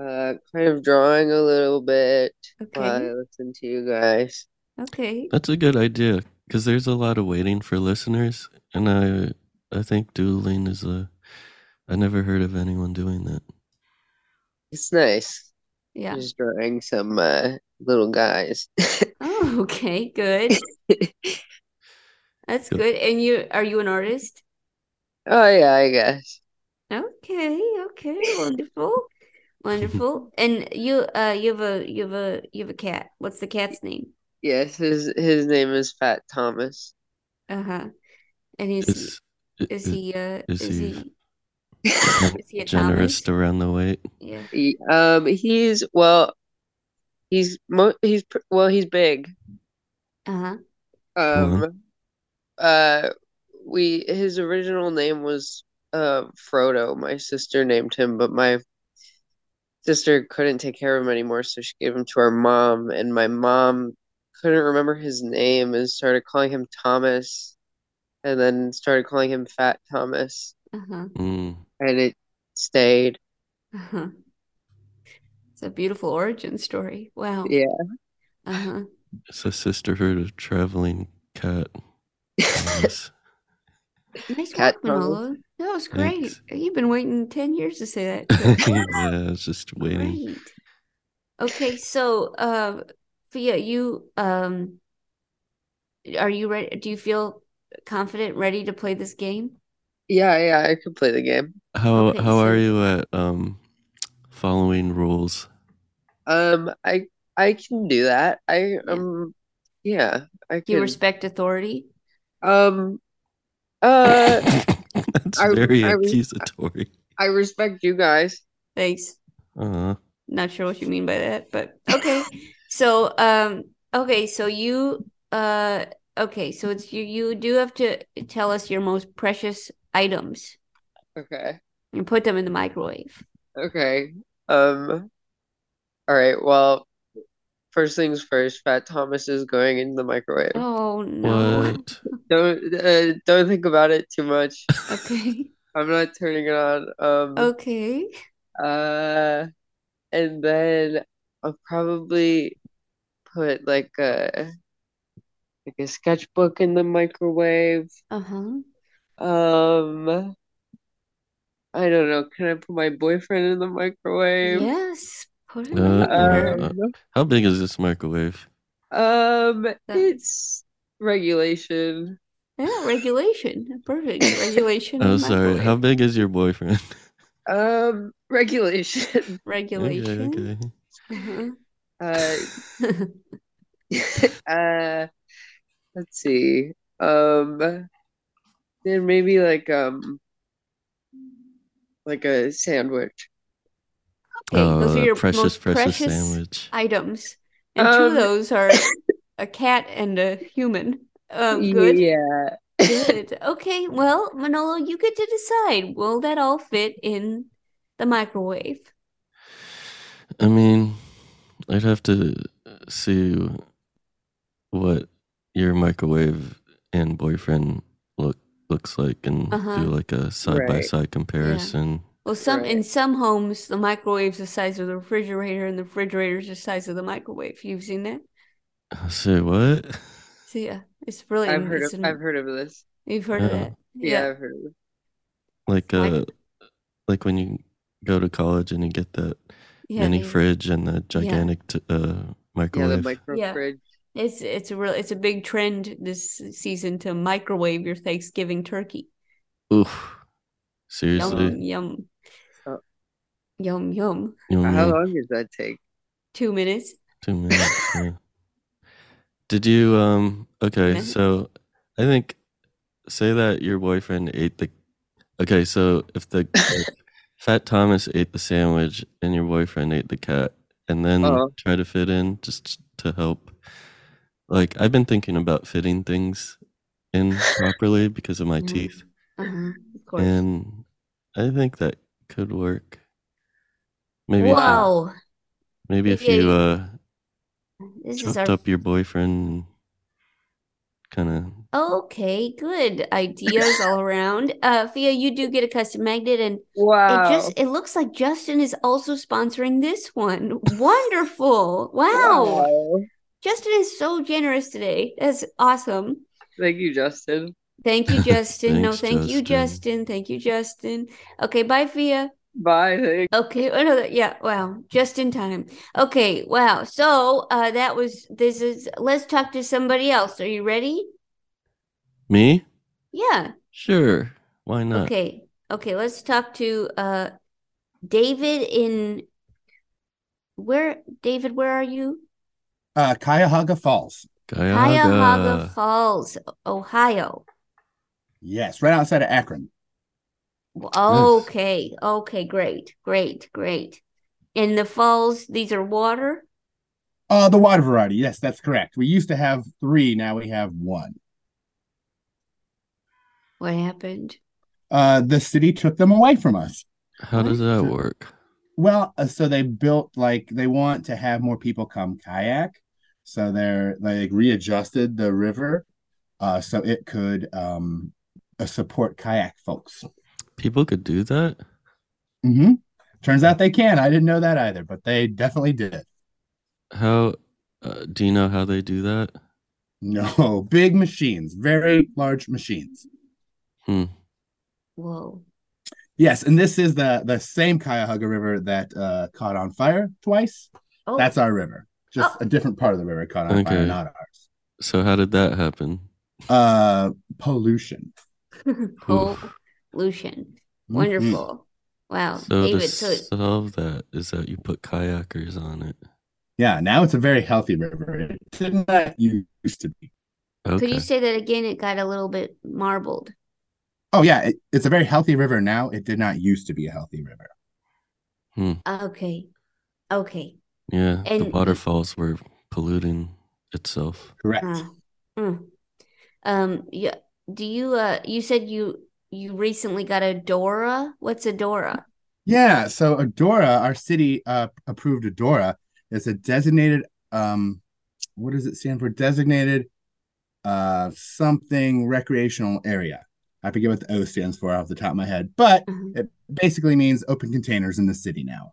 Speaker 6: uh, kind of drawing a little bit while I
Speaker 3: Okay.
Speaker 6: listen to you guys.
Speaker 3: Okay.
Speaker 2: That's a good idea because there's a lot of waiting for listeners, and I I think dueling is a I never heard of anyone doing that.
Speaker 6: It's nice.
Speaker 3: Yeah.
Speaker 6: Just drawing some uh, little guys.
Speaker 3: Oh, okay, good. That's
Speaker 2: Good.
Speaker 3: good. And you are you an artist?
Speaker 6: Oh yeah, I guess.
Speaker 3: Okay, okay, wonderful, wonderful. And you, uh, you have a, you have a, you have a cat. What's the cat's name?
Speaker 6: Yes, his his name is Fat Thomas.
Speaker 3: Uh huh. And is
Speaker 2: It's
Speaker 3: he, is he, uh,
Speaker 2: is
Speaker 3: is
Speaker 2: he-
Speaker 3: he,
Speaker 2: it's
Speaker 3: is he a
Speaker 2: generous
Speaker 3: Thomas?
Speaker 2: around the wait.
Speaker 3: Yeah.
Speaker 6: He, um, he's well, he's mo he's pr- well, he's big.
Speaker 3: Uh huh.
Speaker 6: Um, uh, we his original name was uh Frodo. My sister named him, but my sister couldn't take care of him anymore, so she gave him to our mom, and my mom couldn't remember his name and started calling him Thomas, and then started calling him Fat Thomas,
Speaker 3: Uh huh.
Speaker 2: Mm.
Speaker 6: and it stayed.
Speaker 3: Uh huh. It's a beautiful origin story. Wow.
Speaker 6: Yeah.
Speaker 3: Uh huh.
Speaker 2: It's a sisterhood of traveling cat. Yes.
Speaker 3: Nice
Speaker 6: Cat
Speaker 3: work,
Speaker 6: Thomas.
Speaker 3: Manolo. That was great.
Speaker 2: Thanks.
Speaker 3: You've been waiting 10 years to say that.
Speaker 2: yeah, I was just waiting.
Speaker 3: Great. Okay, so uh Fia, you um are you ready? Do you feel confident, ready to play this game?
Speaker 6: Yeah, yeah, I could play the game.
Speaker 2: How
Speaker 3: Okay,
Speaker 2: how
Speaker 3: so-
Speaker 2: are you at um following rules?
Speaker 6: Um, I I can do that. I um, yeah, I
Speaker 3: Do you
Speaker 6: can.
Speaker 3: respect authority?
Speaker 6: um, uh,
Speaker 2: That's
Speaker 6: I-
Speaker 2: very
Speaker 6: I-
Speaker 2: accusatory.
Speaker 6: I respect you guys.
Speaker 3: Thanks.
Speaker 2: Uh,
Speaker 3: Not sure what you mean by that, but okay. So um okay, so you uh okay, so it's you you do have to tell us your most precious items
Speaker 6: Okay,
Speaker 3: and put them in the microwave.
Speaker 6: okay. Um, all right. Well, first things first. Fat Thomas is going in the microwave.
Speaker 3: Oh no.
Speaker 2: what?
Speaker 6: Don't uh, don't think about it too much.
Speaker 3: Okay.
Speaker 6: I'm not turning it on. Um,
Speaker 3: Okay.
Speaker 6: Uh, and then I'll probably put like a like a sketchbook in the microwave.
Speaker 3: Uh-huh.
Speaker 6: Um, I don't know. Can I put my boyfriend in the microwave?
Speaker 3: Yes, put it in
Speaker 2: Uh,
Speaker 3: the
Speaker 2: uh,
Speaker 3: microwave.
Speaker 2: uh, How big is this microwave?
Speaker 6: Um,
Speaker 3: That-
Speaker 6: it's regulation.
Speaker 3: Yeah, regulation. Perfect. Regulation
Speaker 2: Oh,
Speaker 3: and
Speaker 2: sorry. How
Speaker 3: microwave.
Speaker 2: big is your boyfriend?
Speaker 6: Um, regulation.
Speaker 2: Okay,
Speaker 3: Regulation.
Speaker 2: okay.
Speaker 3: Mm-hmm.
Speaker 6: Uh,
Speaker 3: Uh-huh.
Speaker 6: uh, let's see. Um, then maybe like um, like a sandwich.
Speaker 3: Okay, those are
Speaker 2: Oh,
Speaker 3: your
Speaker 2: precious,
Speaker 3: most
Speaker 2: precious
Speaker 3: precious
Speaker 2: sandwich.
Speaker 3: items. And two of
Speaker 6: Um,
Speaker 3: those are a cat and a human. Um, good.
Speaker 6: Yeah.
Speaker 3: Good. Okay, well, Manolo, you get to decide. Will that all fit in the microwave?
Speaker 2: I mean, I'd have to see what your microwave and boyfriend look looks like and
Speaker 3: Uh-huh.
Speaker 2: do like a side by side comparison.
Speaker 3: Well, some
Speaker 6: Right.
Speaker 3: in some homes, the microwave's the size of the refrigerator, and the refrigerator's the size of the microwave. You've seen that?
Speaker 2: I Say what?
Speaker 3: So yeah, it's really
Speaker 6: I've heard
Speaker 3: it's
Speaker 6: of
Speaker 3: an-
Speaker 6: I've heard of this.
Speaker 3: you've heard of
Speaker 2: Yeah.
Speaker 3: that.
Speaker 6: Yeah, I've heard of this.
Speaker 2: Like
Speaker 3: Like-
Speaker 2: uh like when you go to college and you get that
Speaker 3: yeah,
Speaker 2: mini
Speaker 3: they-
Speaker 2: fridge and the gigantic t- uh
Speaker 6: Yeah, the
Speaker 2: microwave.
Speaker 6: micro
Speaker 3: Yeah.
Speaker 6: fridge.
Speaker 3: It's it's a real it's a big trend this season to microwave your Thanksgiving turkey.
Speaker 2: Oof.
Speaker 3: Yum
Speaker 2: Seriously.
Speaker 3: yum
Speaker 6: Oh.
Speaker 3: yum yum.
Speaker 2: You know,
Speaker 6: How long does that take?
Speaker 3: Two minutes.
Speaker 2: Two minutes. yeah. Did you um okay,
Speaker 3: minutes.
Speaker 2: so I think say that your boyfriend ate the Okay, so if the if Fat Thomas ate the sandwich and your boyfriend ate the cat and then
Speaker 6: Uh-huh.
Speaker 2: try to fit in just to help. Like I've been thinking about fitting things in properly because of my
Speaker 3: Mhm.
Speaker 2: teeth.
Speaker 3: Uh-huh. Of course.
Speaker 2: And I think that could work. Maybe if you,
Speaker 3: Wow.
Speaker 2: maybe if
Speaker 3: Yeah,
Speaker 2: you
Speaker 3: you-
Speaker 2: uh
Speaker 3: This is
Speaker 2: chopped
Speaker 3: our
Speaker 2: up your boyfriend kind of
Speaker 3: Okay, good ideas all around. Uh, Fia, you do get a custom magnet, and
Speaker 6: Wow.
Speaker 3: it just—it looks like Justin is also sponsoring this one. Wonderful! Wow,
Speaker 6: Wow.
Speaker 3: Justin is so generous today. That's awesome.
Speaker 6: Thank you, Justin.
Speaker 3: Thank you, Justin. No,
Speaker 2: Thanks,
Speaker 3: thank you,
Speaker 2: Justin.
Speaker 3: Justin. Thank you, Justin. Okay, bye, Fia.
Speaker 6: Bye. Thank
Speaker 3: Okay, another yeah, wow, just in time. Okay, wow. So, uh, that was this is. Let's talk to somebody else. Are you ready?
Speaker 2: me?
Speaker 3: Yeah.
Speaker 2: Sure. Why not?
Speaker 3: Okay. Okay, let's talk to uh David in where David, where are you?
Speaker 7: Uh, Cuyahoga Falls.
Speaker 3: Cuyahoga
Speaker 2: Cuyahoga.
Speaker 3: Falls, Ohio.
Speaker 7: Yes, right outside of Akron.
Speaker 3: Oh. Okay. Okay, great. Great, great. And the falls, these are water.
Speaker 7: Uh, the water variety. Yes, that's correct. We used to have three, now we have one.
Speaker 3: What happened?
Speaker 7: Uh, the city took them away from us.
Speaker 2: How does that work?
Speaker 7: Well, uh, so they built like they want to have more people come kayak, so they're like readjusted the river, uh, so it could um uh, support kayak folks.
Speaker 2: People could do that?
Speaker 7: hmm Turns out they can. I didn't know that either, but they definitely did.
Speaker 2: How uh, do you know how they do that?
Speaker 7: No, big machines, very large machines.
Speaker 2: Hmm.
Speaker 3: Whoa.
Speaker 7: Yes, and this is the the same Cuyahoga River that uh, caught on fire twice.
Speaker 3: Oh,
Speaker 7: That's our river. Just
Speaker 3: Oh.
Speaker 7: a different part of the river caught on fire,
Speaker 2: Okay.
Speaker 7: not ours.
Speaker 2: So how did that happen?
Speaker 7: Uh, pollution.
Speaker 2: Oof.
Speaker 3: pollution.
Speaker 7: Mhm.
Speaker 3: Wonderful. Wow,
Speaker 2: So to
Speaker 3: David. So it-
Speaker 2: solve that is that you put kayakers on it.
Speaker 7: Yeah, now it's a very healthy river. It did not used to be.
Speaker 2: Okay.
Speaker 3: could you say that again? It got a little bit marbled.
Speaker 7: Oh yeah, it, it's a very healthy river now. It did not used to be a healthy river.
Speaker 3: Okay. Okay.
Speaker 2: yeah, the
Speaker 3: and-
Speaker 2: waterfalls were polluting itself.
Speaker 7: Correct.
Speaker 3: Ah, mm. Um, yeah. Do you uh you said you you recently got a Dora? What's a Dora?
Speaker 7: Yeah, so Adora, our city uh, approved Adora is a designated um what does it stand for? Designated uh something recreational area. I forget what the O stands for off the top of my head, but
Speaker 3: Mhm.
Speaker 7: it basically means open containers in the city now.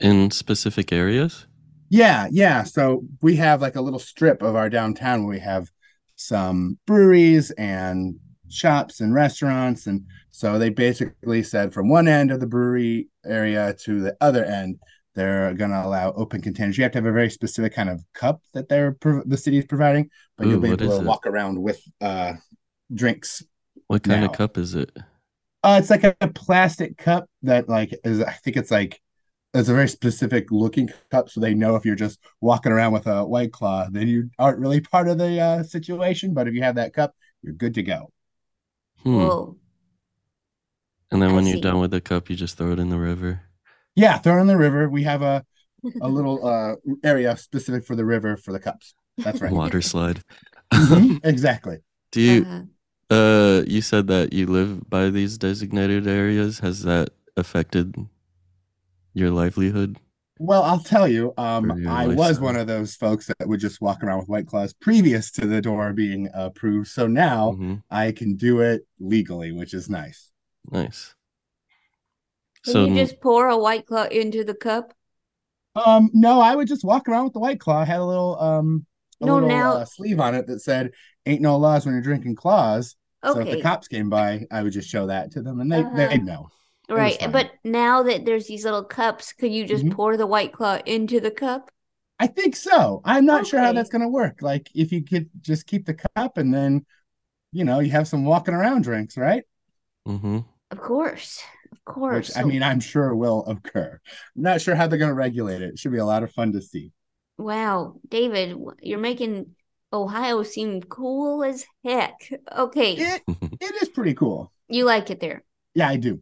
Speaker 2: In specific areas?
Speaker 7: Yeah, yeah. So we have like a little strip of our downtown where we have some breweries and shops and restaurants. And so they basically said from one end of the brewery area to the other end, they're going to allow open containers. You have to have a very specific kind of cup that they're prov- the city is providing, but you'll
Speaker 2: Ooh,
Speaker 7: be
Speaker 2: what
Speaker 7: able
Speaker 2: is
Speaker 7: to
Speaker 2: it?
Speaker 7: walk around with uh drinks.
Speaker 2: What kind
Speaker 7: No.
Speaker 2: of cup is it?
Speaker 7: Uh, it's like a, a plastic cup that like is I think it's like it's a very specific looking cup, so they know if you're just walking around with a white claw, then you aren't really part of the uh, situation. But if you have that cup, you're good to go.
Speaker 2: Hmm.
Speaker 3: Whoa.
Speaker 2: and then
Speaker 3: I
Speaker 2: when you're
Speaker 3: see.
Speaker 2: done with the cup, you just throw it in the river.
Speaker 7: Yeah, throw it in the river. We have a a little uh area specific for the river for the cups. That's right.
Speaker 2: Water slide.
Speaker 3: Mm-hmm.
Speaker 7: Mhm, exactly.
Speaker 2: Do you
Speaker 3: Uh,
Speaker 2: uh you said that you live by these designated areas? Has that affected your livelihood?
Speaker 7: Well, I'll tell you, um,
Speaker 2: For your
Speaker 7: I was one
Speaker 2: lifestyle.
Speaker 7: of those folks that would just walk around with white claws previous to the door being approved. So now
Speaker 2: Mhm.
Speaker 7: I can do it legally, which is nice.
Speaker 2: Nice.
Speaker 3: Can
Speaker 2: So
Speaker 3: you
Speaker 2: n-
Speaker 3: just pour a white claw into the cup?
Speaker 7: Um, no, I would just walk around with the White Claw. I had a little um a
Speaker 3: No,
Speaker 7: little
Speaker 3: now-
Speaker 7: uh, sleeve on it that said "Ain't no laws when you're drinking claws." So if the
Speaker 3: Okay.
Speaker 7: cops came by, I would just show that to them, and they
Speaker 3: Uh-huh.
Speaker 7: they'd know. was
Speaker 3: Right,
Speaker 7: fine.
Speaker 3: but now that there's these little cups, could you just
Speaker 7: Mhm.
Speaker 3: pour the white claw into the cup?
Speaker 7: I think so. I'm not sure how
Speaker 3: Okay.
Speaker 7: that's gonna work. Like if you could just keep the cup, and then you know you have some walking around drinks, right?
Speaker 2: mhm.
Speaker 3: Of course, of
Speaker 7: Which
Speaker 3: course.
Speaker 7: I
Speaker 3: So-
Speaker 7: mean, I'm sure will occur. I'm not sure how they're gonna regulate it. It should be a lot of fun to see.
Speaker 3: wow, David, w- you're making Ohio seem cool as heck. Okay,
Speaker 7: It it is pretty cool.
Speaker 3: you like it there.
Speaker 7: Yeah, I do.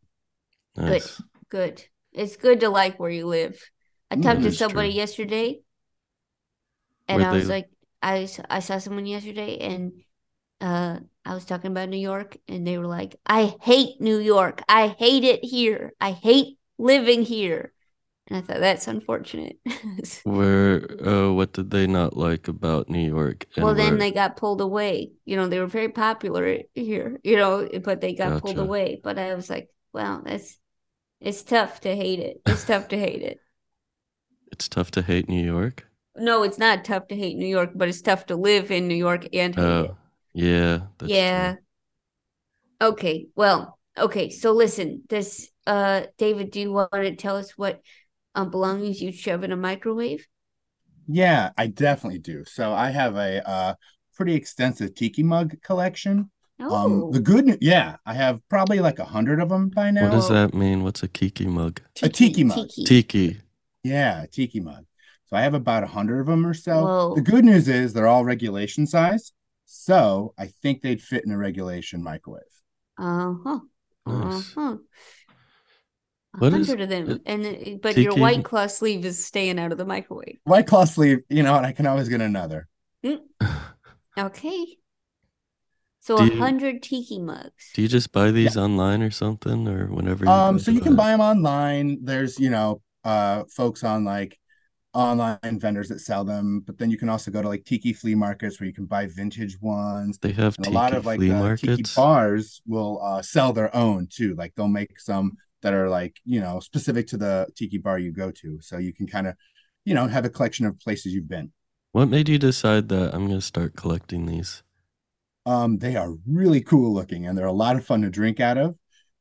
Speaker 2: nice.
Speaker 3: Good. It's good to like where you live. I talked to
Speaker 7: Mm,
Speaker 2: that's
Speaker 3: somebody
Speaker 2: true.
Speaker 3: yesterday, and
Speaker 2: Where'd
Speaker 3: I was
Speaker 2: they-
Speaker 3: like, I s- I saw someone yesterday, and uh, I was talking about New York, and they were like, I hate New York. I hate it here. I hate living here. And I thought that's unfortunate.
Speaker 2: Where uh what did they not like about New York? and
Speaker 3: Well, then
Speaker 2: where-
Speaker 3: they got pulled away. You know, they were very popular here, you know, but they got pulled
Speaker 2: Gotcha.
Speaker 3: away. But I was like, wow, that's it's tough to hate it. It's tough to hate it.
Speaker 2: it's tough to hate New York.
Speaker 3: No, it's not tough to hate New York, but it's tough to live in New York and hate
Speaker 2: Oh,
Speaker 3: it.
Speaker 2: yeah, that's true.
Speaker 3: Yeah. Okay. Well, okay. So listen, this uh David, do you want to tell us what um belongings you shove in a microwave?
Speaker 7: Yeah, I definitely do. So I have a uh, pretty extensive tiki mug collection. Um,
Speaker 3: Oh,
Speaker 7: the good, new- yeah, I have probably like a hundred of them by
Speaker 2: What
Speaker 7: now.
Speaker 2: does
Speaker 3: Well-
Speaker 2: that mean? What's a kiki mug?
Speaker 7: a tiki mug.
Speaker 3: Tiki.
Speaker 2: Tiki.
Speaker 7: Yeah, a tiki mug. So I have about a hundred of them or so.
Speaker 3: Whoa.
Speaker 7: The good news is they're all regulation size, so I think they'd fit in a regulation microwave.
Speaker 3: Uh-huh.
Speaker 2: Nice.
Speaker 3: Uh-huh. A
Speaker 2: What is-
Speaker 3: hundred of them.
Speaker 2: uh,
Speaker 3: And uh, but your
Speaker 2: Tiki-
Speaker 3: white claw sleeve is staying out of the microwave. Mm.
Speaker 7: White cloth sleeve, you know what? I can always get another.
Speaker 3: Okay. So
Speaker 2: Do
Speaker 3: a
Speaker 2: you-
Speaker 3: hundred tiki mugs.
Speaker 2: Do you just buy these online or something, or whenever? You
Speaker 7: Um,
Speaker 2: go
Speaker 7: so
Speaker 2: to
Speaker 7: you can
Speaker 2: that?
Speaker 7: buy them online. There's, you know, uh, folks on like online vendors that sell them, but then you can also go to like tiki flea markets where you can buy vintage ones.
Speaker 2: They have
Speaker 7: And
Speaker 2: tiki
Speaker 7: a lot of like
Speaker 2: flea
Speaker 7: the tiki
Speaker 2: markets.
Speaker 7: bars will uh, sell their own too. Like they'll make some that are like, you know, specific to the tiki bar you go to. So you can kind of, you know, have a collection of places you've been.
Speaker 2: What made you decide that I'm gonna start collecting these?
Speaker 7: Um, they are really cool looking and they're a lot of fun to drink out of.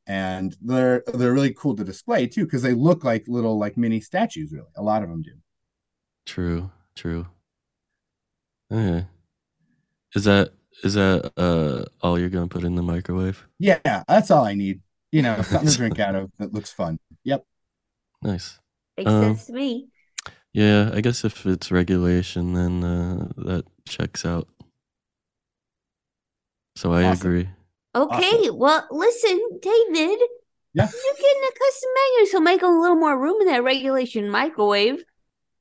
Speaker 7: And they're they're really cool to display too, because they look like little like mini statues, really. A lot of them do.
Speaker 2: True, true. Okay. Is that is that uh all you're gonna put in the microwave?
Speaker 7: Yeah, that's all I need. You know, something to drink out of that looks fun. Yep.
Speaker 2: Nice.
Speaker 3: Makes
Speaker 2: Um,
Speaker 3: sense to me.
Speaker 2: Yeah, I guess if it's regulation, then uh, that checks out. So I
Speaker 7: Awesome.
Speaker 2: agree.
Speaker 3: Okay, well, listen, David.
Speaker 7: Yeah.
Speaker 3: You're getting a custom magnet, so make a little more room in that regulation microwave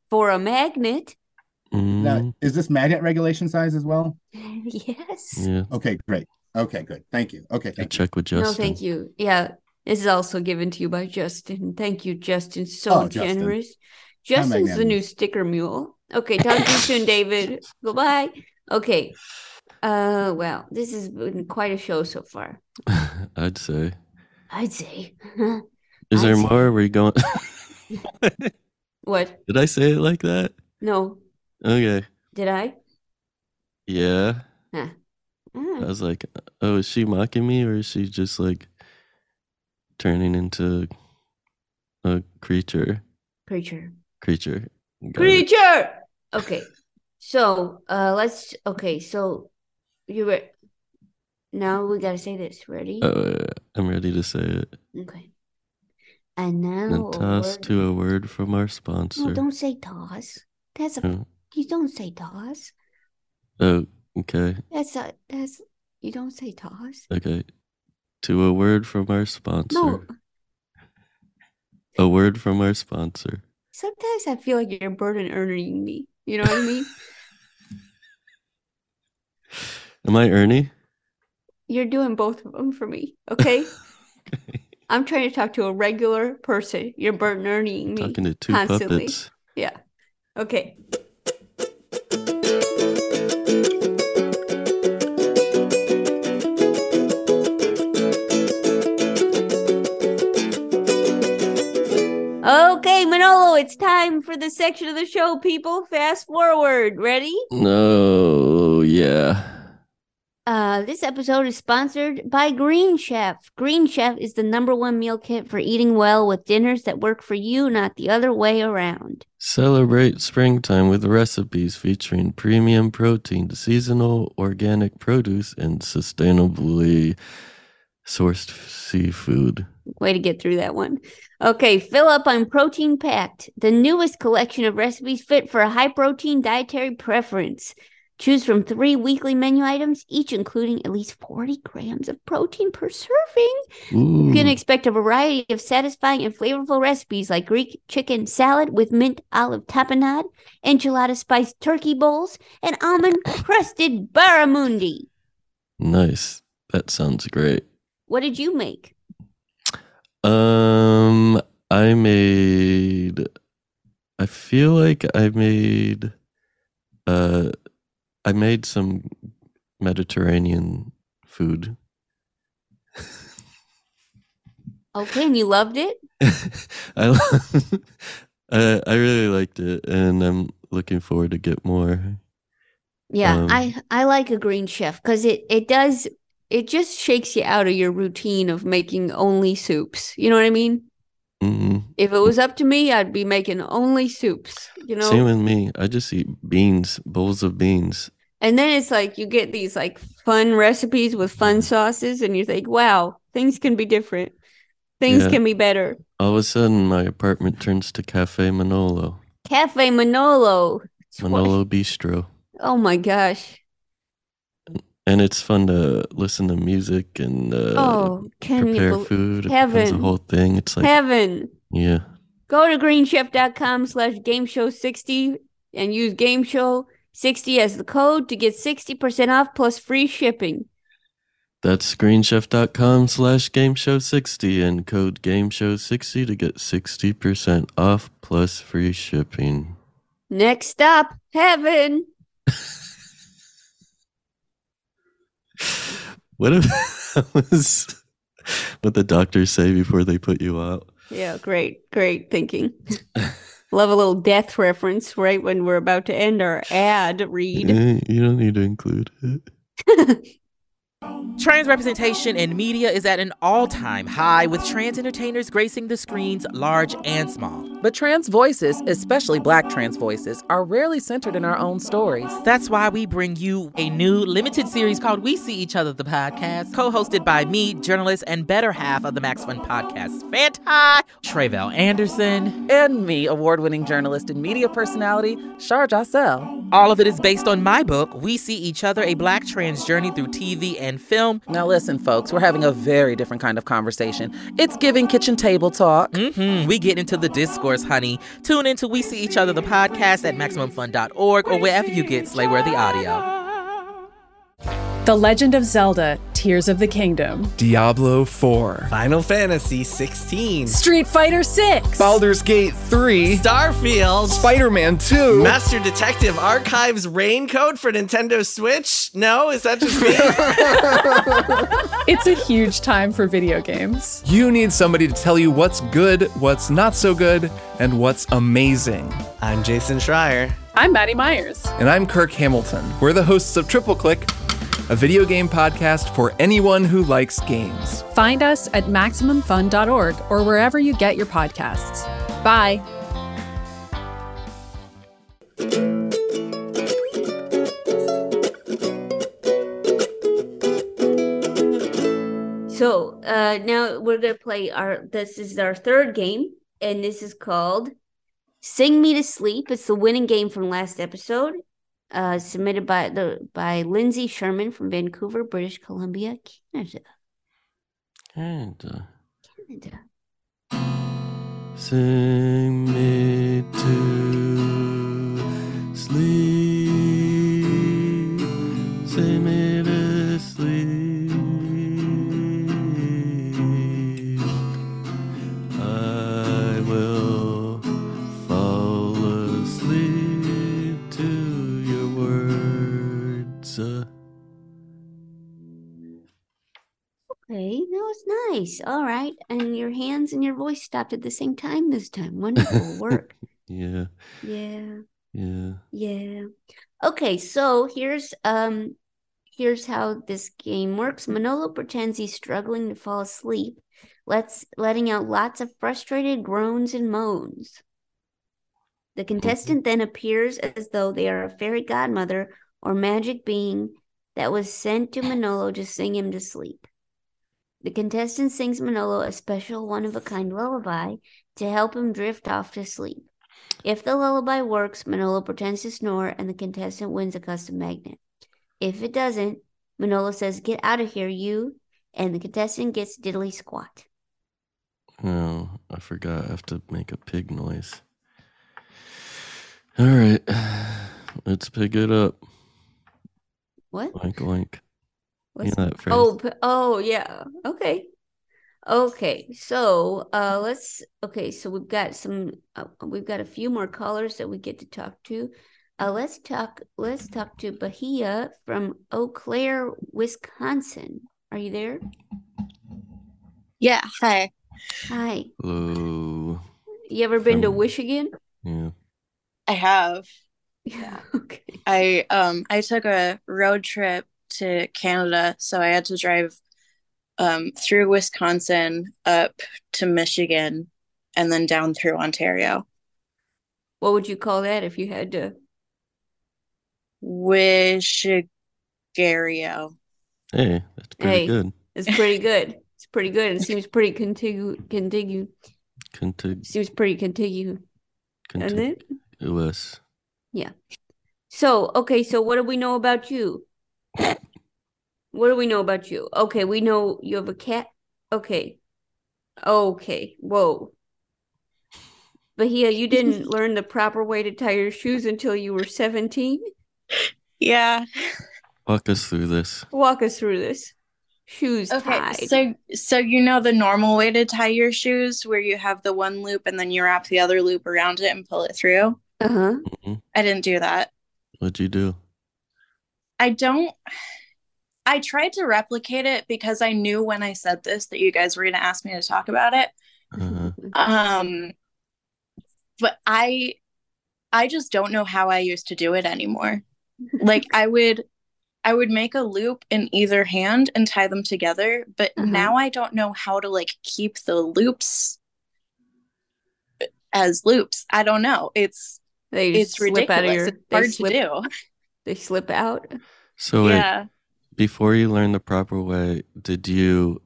Speaker 3: for a magnet.
Speaker 7: Now,
Speaker 2: Mm,
Speaker 7: is this magnet regulation size as well?
Speaker 3: Yes.
Speaker 2: yeah,
Speaker 7: Okay, great. Okay, good. Thank you. Okay,
Speaker 2: I
Speaker 7: thank you.
Speaker 2: check with Justin.
Speaker 3: No, thank you. Yeah, this is also given to you by Justin. Thank you, Justin. So
Speaker 7: Oh, Justin.
Speaker 3: generous.
Speaker 7: How
Speaker 3: Justin's the new
Speaker 7: magnanimous.
Speaker 3: sticker mule. Okay, talk to you soon, David. Goodbye. Okay. Uh, well, this has been quite a show so far.
Speaker 2: I'd say.
Speaker 3: I'd say.
Speaker 2: Is
Speaker 3: I'd
Speaker 2: there
Speaker 3: say-
Speaker 2: more? Are we going?
Speaker 3: What?
Speaker 2: Did I say it like that?
Speaker 3: No,
Speaker 2: Okay.
Speaker 3: did I?
Speaker 2: Yeah. I
Speaker 3: Ah,
Speaker 2: was like, oh, is she mocking me or is she just like turning into a creature?
Speaker 3: creature.
Speaker 2: Creature. Got it.
Speaker 3: Creature. Okay. So, uh, let's. Okay, so you were. Now we gotta say this. Ready?
Speaker 2: Uh, I'm ready to say it.
Speaker 3: Okay. And now
Speaker 2: And
Speaker 3: a
Speaker 2: toss
Speaker 3: word-
Speaker 2: to a word from our
Speaker 3: No,
Speaker 2: sponsor.
Speaker 3: don't say toss. That's a
Speaker 2: Oh,
Speaker 3: you don't say toss.
Speaker 2: oh, okay.
Speaker 3: That's a that's you don't say toss.
Speaker 2: Okay. To a word from our sponsor.
Speaker 3: No,
Speaker 2: A word from our sponsor.
Speaker 3: sometimes I feel like you're burden earning me. You know what I mean?
Speaker 2: Am I Ernie?
Speaker 3: You're doing both of them for me. Okay.
Speaker 2: Okay.
Speaker 3: I'm trying to talk to a regular person. You're burden earning me.
Speaker 2: Talking to two
Speaker 3: constantly.
Speaker 2: puppets.
Speaker 3: Yeah. Okay. Okay, Manolo, it's time for the section of the show, people. Fast forward. Ready?
Speaker 2: No, yeah.
Speaker 3: Uh, this episode is sponsored by Green Chef. Green Chef is the number one meal kit for eating well with dinners that work for you, not the other way around.
Speaker 2: Celebrate springtime with recipes featuring premium protein, seasonal organic produce, and sustainably sourced seafood.
Speaker 3: Way to get through that one. Okay, fill up on Protein Packed, the newest collection of recipes fit for a high protein dietary preference. Choose from three weekly menu items, each including at least 40 grams of protein per serving. You
Speaker 2: Ooh,
Speaker 3: can expect a variety of satisfying and flavorful recipes like Greek chicken salad with mint olive tapenade, enchilada spiced turkey bowls, and almond crusted barramundi.
Speaker 2: nice. That sounds great.
Speaker 3: What did you make?
Speaker 2: Um, I made. I feel like I made. Uh, I made some Mediterranean food.
Speaker 3: Okay, and you loved it?
Speaker 2: I lo- I I really liked it, and I'm looking forward to get more.
Speaker 3: Yeah,
Speaker 2: Um,
Speaker 3: I I like a green chef because it it does it just shakes you out of your routine of making only soups. You know what I mean?
Speaker 2: Mm,
Speaker 3: If it was up to me, I'd be making only soups, you know?
Speaker 2: Same with me. I just eat beans, bowls of beans.
Speaker 3: And then it's like you get these like fun recipes with
Speaker 2: Mm-hmm.
Speaker 3: fun sauces and you think, wow, things can be different. Things
Speaker 2: Yeah.
Speaker 3: can be better.
Speaker 2: All of a sudden, my apartment turns to Cafe Manolo,
Speaker 3: Cafe Manolo. It's what-
Speaker 2: Manolo Bistro,
Speaker 3: Oh my gosh.
Speaker 2: and it's fun to listen to music and uh,
Speaker 3: Oh, can you
Speaker 2: prepare
Speaker 3: believe
Speaker 2: food. It becomes a
Speaker 3: Heaven.
Speaker 2: whole thing. It's like
Speaker 3: heaven?
Speaker 2: yeah,
Speaker 3: Go to greenchef.com slash game show 60 and use game show 60 as the code to get 60% off plus free shipping.
Speaker 2: that's screenchef.com slash game show sixty and code game show sixty to get sixty percent off plus free shipping.
Speaker 3: Next stop, heaven.
Speaker 2: What if that was what the doctors say before they put you out?
Speaker 3: Yeah, great, great thinking. Love a little death reference right when we're about to end our ad read.
Speaker 2: Eh, You don't need to include it.
Speaker 8: Trans representation in media is at an all time high, with trans entertainers gracing the screens large and small.
Speaker 9: But trans voices, especially black trans voices, are rarely centered in our own stories.
Speaker 8: That's why we bring you a new limited series called We See Each Other, the podcast, co hosted by me, journalist and better half of the Max Fun podcast, Fanti, Travel Anderson.
Speaker 9: And me, award winning journalist and media personality, Shar Jossel.
Speaker 8: All of it is based on my book, We See Each Other, a black trans journey through TV and film.
Speaker 9: Now, listen, folks, we're having a very different kind of conversation. It's giving kitchen table talk.
Speaker 8: hmm We get into the discourse, honey. Tune in to We See Each Other, the podcast at MaximumFun.org or wherever you get Slayworthy audio.
Speaker 10: The Legend of Zelda Tears of the Kingdom,
Speaker 11: Diablo 4,
Speaker 12: Final Fantasy 16,
Speaker 10: Street Fighter 6,
Speaker 11: Baldur's Gate 3,
Speaker 12: Starfield,
Speaker 11: Spider Man 2,
Speaker 12: Master Detective Archives Rain Code for Nintendo Switch? No, Oh, is that just me?
Speaker 10: It's a huge time for video games.
Speaker 11: You need somebody to tell you what's good, what's not so good, and what's amazing.
Speaker 12: I'm Jason Schreier.
Speaker 10: I'm Maddie Myers.
Speaker 11: And I'm Kirk Hamilton. We're the hosts of Triple Click, a video game podcast for anyone who likes games.
Speaker 10: Find us at MaximumFun.org or wherever you get your podcasts. Bye.
Speaker 3: So uh, now we're gonna play our. This is our third game, and this is called "Sing Me to Sleep." It's the winning game from last episode, uh, submitted by the by Lindsay Sherman from Vancouver, British Columbia, Canada.
Speaker 2: And uh,
Speaker 3: Canada.
Speaker 2: sing me to sleep. Sing me to sleep. I will fall asleep to your words. Uh,
Speaker 3: Okay, that was nice. All right, and your hands and your voice stopped at the same time this time. Wonderful work.
Speaker 2: yeah,
Speaker 3: Yeah.
Speaker 2: yeah.
Speaker 3: Yeah. Okay, so here's um here's how this game works. Manolo pretends he's struggling to fall asleep, let's letting out lots of frustrated groans and moans. The contestant then appears as though they are a fairy godmother or magic being that was sent to Manolo to sing him to sleep. The contestant sings Manolo a special one of a kind lullaby to help him drift off to sleep. If the lullaby works, Manolo pretends to snore and the contestant wins a custom magnet. If it doesn't, Manolo says, Get out of here, you, and the contestant gets diddly squat.
Speaker 2: No, I forgot. I have to make a pig noise. All right, let's pick it up.
Speaker 3: What?
Speaker 2: Wink, wink. You
Speaker 3: What's-
Speaker 2: know that phrase?
Speaker 3: Oh, p- oh, yeah. Okay. Okay. So, uh, let's. Okay. So we've got some. Uh, we've got a few more callers that we get to talk to. Uh, let's talk. Let's talk to Bahia from Eau Claire, Wisconsin. Are you there?
Speaker 13: Yeah, hi.
Speaker 3: Hi.
Speaker 2: Hello.
Speaker 3: You ever been to
Speaker 2: From-
Speaker 3: Wish again?
Speaker 2: Yeah.
Speaker 13: I have.
Speaker 3: Yeah. Okay.
Speaker 13: I um I took a road trip to Canada, so I had to drive um through Wisconsin up to Michigan and then down through Ontario.
Speaker 3: What would you call that if you had to?
Speaker 13: Wishigario.
Speaker 2: Hey, that's pretty
Speaker 3: Hey.
Speaker 2: good.
Speaker 3: It's pretty good. It's pretty good. It seems pretty contiguous. Contiguous.
Speaker 2: Contig-
Speaker 3: Seems pretty contiguous, doesn't it?
Speaker 2: contiguous.
Speaker 3: So, okay, so what do we know about you? What do we know about you? Okay, we know you have a cat. Okay. Okay. Whoa. Bahia, you didn't learn the proper way to tie your shoes until you were 17?
Speaker 13: Yeah.
Speaker 2: Walk us through this.
Speaker 3: Walk us through this. Shoes
Speaker 13: Okay,
Speaker 3: tied.
Speaker 13: so so you know the normal way to tie your shoes where you have the one loop and then you wrap the other loop around it and pull it through?
Speaker 3: Uh-huh.
Speaker 13: I didn't do that.
Speaker 2: What'd you do?
Speaker 13: I don't. I tried to replicate it because I knew when I said this that you guys were going to ask me to talk about it.
Speaker 2: Uh,
Speaker 13: Um, but I, I just don't know how I used to do it anymore. Like I would, I would make a loop in either hand and tie them together, but
Speaker 3: Mm-hmm.
Speaker 13: now I don't know how to like keep the loops as loops. I don't know. It's
Speaker 3: They
Speaker 13: it's
Speaker 3: slip out of
Speaker 13: ridiculous.
Speaker 3: your-
Speaker 13: it's
Speaker 3: they
Speaker 13: hard
Speaker 3: slip-
Speaker 13: to do.
Speaker 3: They slip out.
Speaker 2: So wait,
Speaker 13: Yeah.
Speaker 2: before you learned the proper way, did you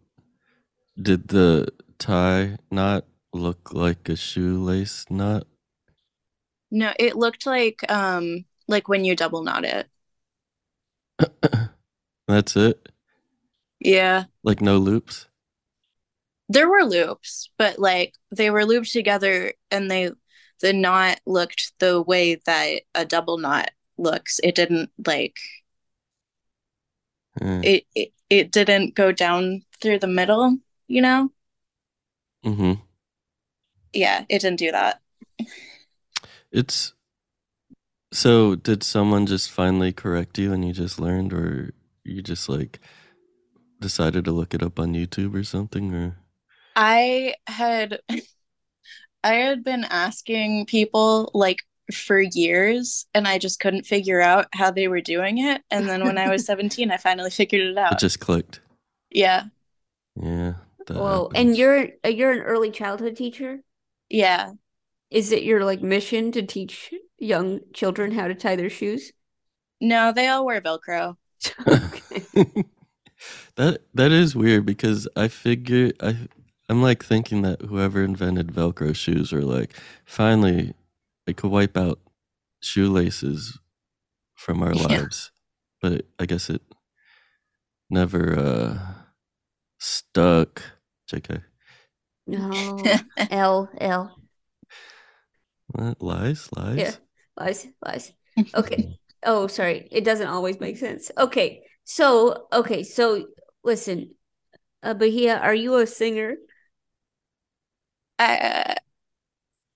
Speaker 2: did the tie knot look like a shoelace knot?
Speaker 13: No, it looked like um like when you double knot it.
Speaker 2: That's it.
Speaker 13: Yeah.
Speaker 2: Like no loops.
Speaker 13: There were loops, but like they were looped together and they the knot looked the way that a double knot looks. It didn't like it it, it didn't go down through the middle, you know?
Speaker 2: Mm-hmm.
Speaker 13: Yeah, it didn't do that.
Speaker 2: It's so did someone just finally correct you and you just learned or you just like decided to look it up on YouTube or something or
Speaker 13: I had I had been asking people like for years and I just couldn't figure out how they were doing it. And then when I was 17, I finally figured it
Speaker 2: it
Speaker 13: out.
Speaker 2: just clicked.
Speaker 13: Yeah.
Speaker 2: Yeah. that
Speaker 3: Whoa! And you're uh, you're an early childhood teacher.
Speaker 13: Yeah.
Speaker 3: Is it your like mission to teach young children how to tie their shoes?
Speaker 13: No, they all wear Velcro.
Speaker 2: That that is weird because I figure I I'm like thinking that whoever invented Velcro shoes were like finally they could wipe out shoelaces from our lives, but I guess it never uh stuck. Jk,
Speaker 3: No. L L.
Speaker 2: what? lies, lies.
Speaker 3: Yeah. Lies. Lies. Okay. oh, sorry. It doesn't always make sense. Okay. So okay. So listen, uh, Bahia, are you a singer?
Speaker 13: Uh,